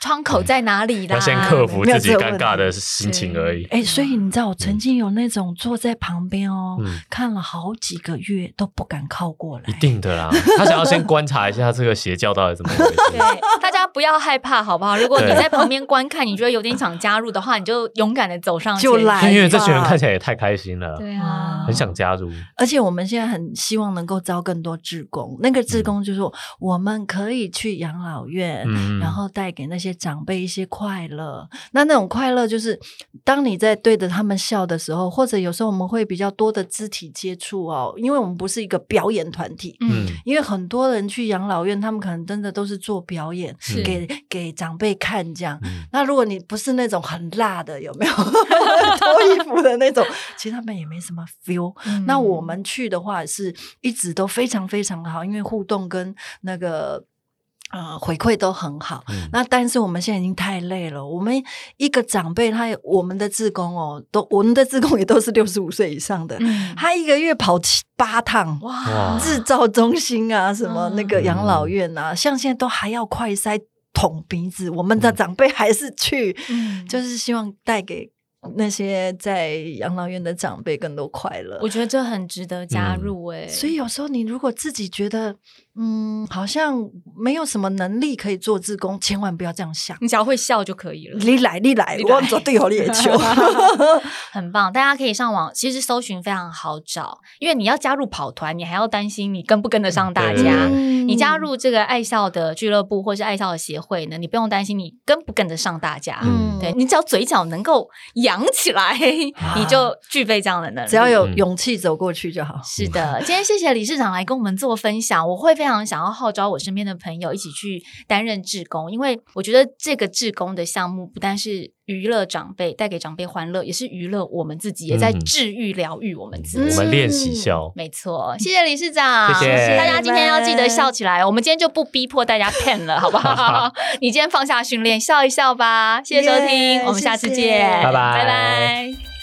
Speaker 2: 窗口在哪里啦？
Speaker 1: 要先克服
Speaker 3: 没有
Speaker 1: 自己
Speaker 3: 这个
Speaker 1: 尴
Speaker 3: 问
Speaker 1: 尬
Speaker 3: 题
Speaker 1: 的心情
Speaker 2: 是
Speaker 1: 而已。
Speaker 3: 哎、所以你知道，我曾经有那种坐在旁边哦，
Speaker 1: 嗯，
Speaker 3: 看了好几个月都不敢靠过来。
Speaker 1: 一定的啦。他想要先观察一下这个邪教到底怎么回
Speaker 2: 对
Speaker 1: 事。，
Speaker 2: 大家不要害怕，好不好？如果你
Speaker 1: 对
Speaker 2: 在旁边观看，你觉得有点想加入的话，你就勇敢的走上去。
Speaker 3: 就来
Speaker 1: 就因为这群人看起来也太开心了，
Speaker 2: 对啊，
Speaker 1: 很想加入。
Speaker 3: 而且我们现在很希望能够招更多志工，那个志工就是说我们可以去养老院。
Speaker 1: 嗯，
Speaker 3: 然后带给那些长辈一些快乐，那那种快乐就是，当你在对着他们笑的时候，或者有时候我们会比较多的肢体接触哦，因为我们不是一个表演团体，
Speaker 2: 嗯，
Speaker 3: 因为很多人去养老院，他们可能真的都是做表演，
Speaker 2: 是
Speaker 3: 给给长辈看这样。
Speaker 1: 嗯
Speaker 3: 那如果你不是那种很辣的，有 没有脱衣服的那种？其实他们也没什么 feel。
Speaker 2: 嗯
Speaker 3: 那我们去的话，是一直都非常非常好，因为互动跟那个呃回馈都很好。
Speaker 1: 嗯
Speaker 3: 那但是我们现在已经太累了，我们一个长辈他也我们的志工哦，都我们的志工也都是六十五岁以上的，
Speaker 2: 嗯
Speaker 3: 他一个月跑七八趟，
Speaker 2: 哇
Speaker 1: 哇，
Speaker 3: 制造中心啊，什么
Speaker 2: 嗯
Speaker 3: 那个养老院啊，像现在都还要快筛捅鼻子，我们的
Speaker 1: 嗯
Speaker 3: 长辈还是去，
Speaker 2: 嗯
Speaker 3: 就是希望带给那些在养老院的长辈更多快乐
Speaker 1: 嗯
Speaker 2: 我。觉得这很值得加入哎。
Speaker 3: 所以有时候你如果自己觉得嗯，好像没有什么能力可以做志工，千万不要这样想。
Speaker 2: 你只要会笑就可以了。
Speaker 3: 你来，你来，
Speaker 2: 你来
Speaker 3: 我做对好你也球。
Speaker 2: 很棒，大家可以上网，其实搜寻非常好找，因为你要加入跑团，你还要担心你跟不跟得上大
Speaker 1: 嗯对对
Speaker 2: 家
Speaker 1: 对。
Speaker 3: 嗯
Speaker 2: 你加，入这个爱笑的俱乐部或是爱笑的协会呢，你不用担心你跟不跟得上大家。
Speaker 1: 嗯
Speaker 2: 对你只要嘴角能够扬起来， 你
Speaker 1: 啊
Speaker 2: 就具备这样的能力。
Speaker 3: 只要有
Speaker 1: 嗯
Speaker 3: 勇气走过去就好。
Speaker 2: 是的，今天谢谢理事长来跟我们做分享，我会非常想要号召我身边的朋友一起去担任志工，因为我觉得这个志工的项目不单是娱乐长辈，带给长辈欢乐，也是娱乐我们自己，也在
Speaker 1: 嗯
Speaker 2: 治愈疗愈我们自己。
Speaker 1: 我们练习
Speaker 3: 嗯
Speaker 1: 笑。
Speaker 2: 没错，谢谢理事长，
Speaker 1: 谢谢
Speaker 2: 大家今天要记得笑起来。我们今天就不逼迫大家骗了，好 不好？你今天放下训练，笑一笑吧。谢谢收听
Speaker 3: Yeah，
Speaker 2: 我们下次
Speaker 3: 谢谢
Speaker 2: 见，
Speaker 1: 拜拜
Speaker 2: 拜拜。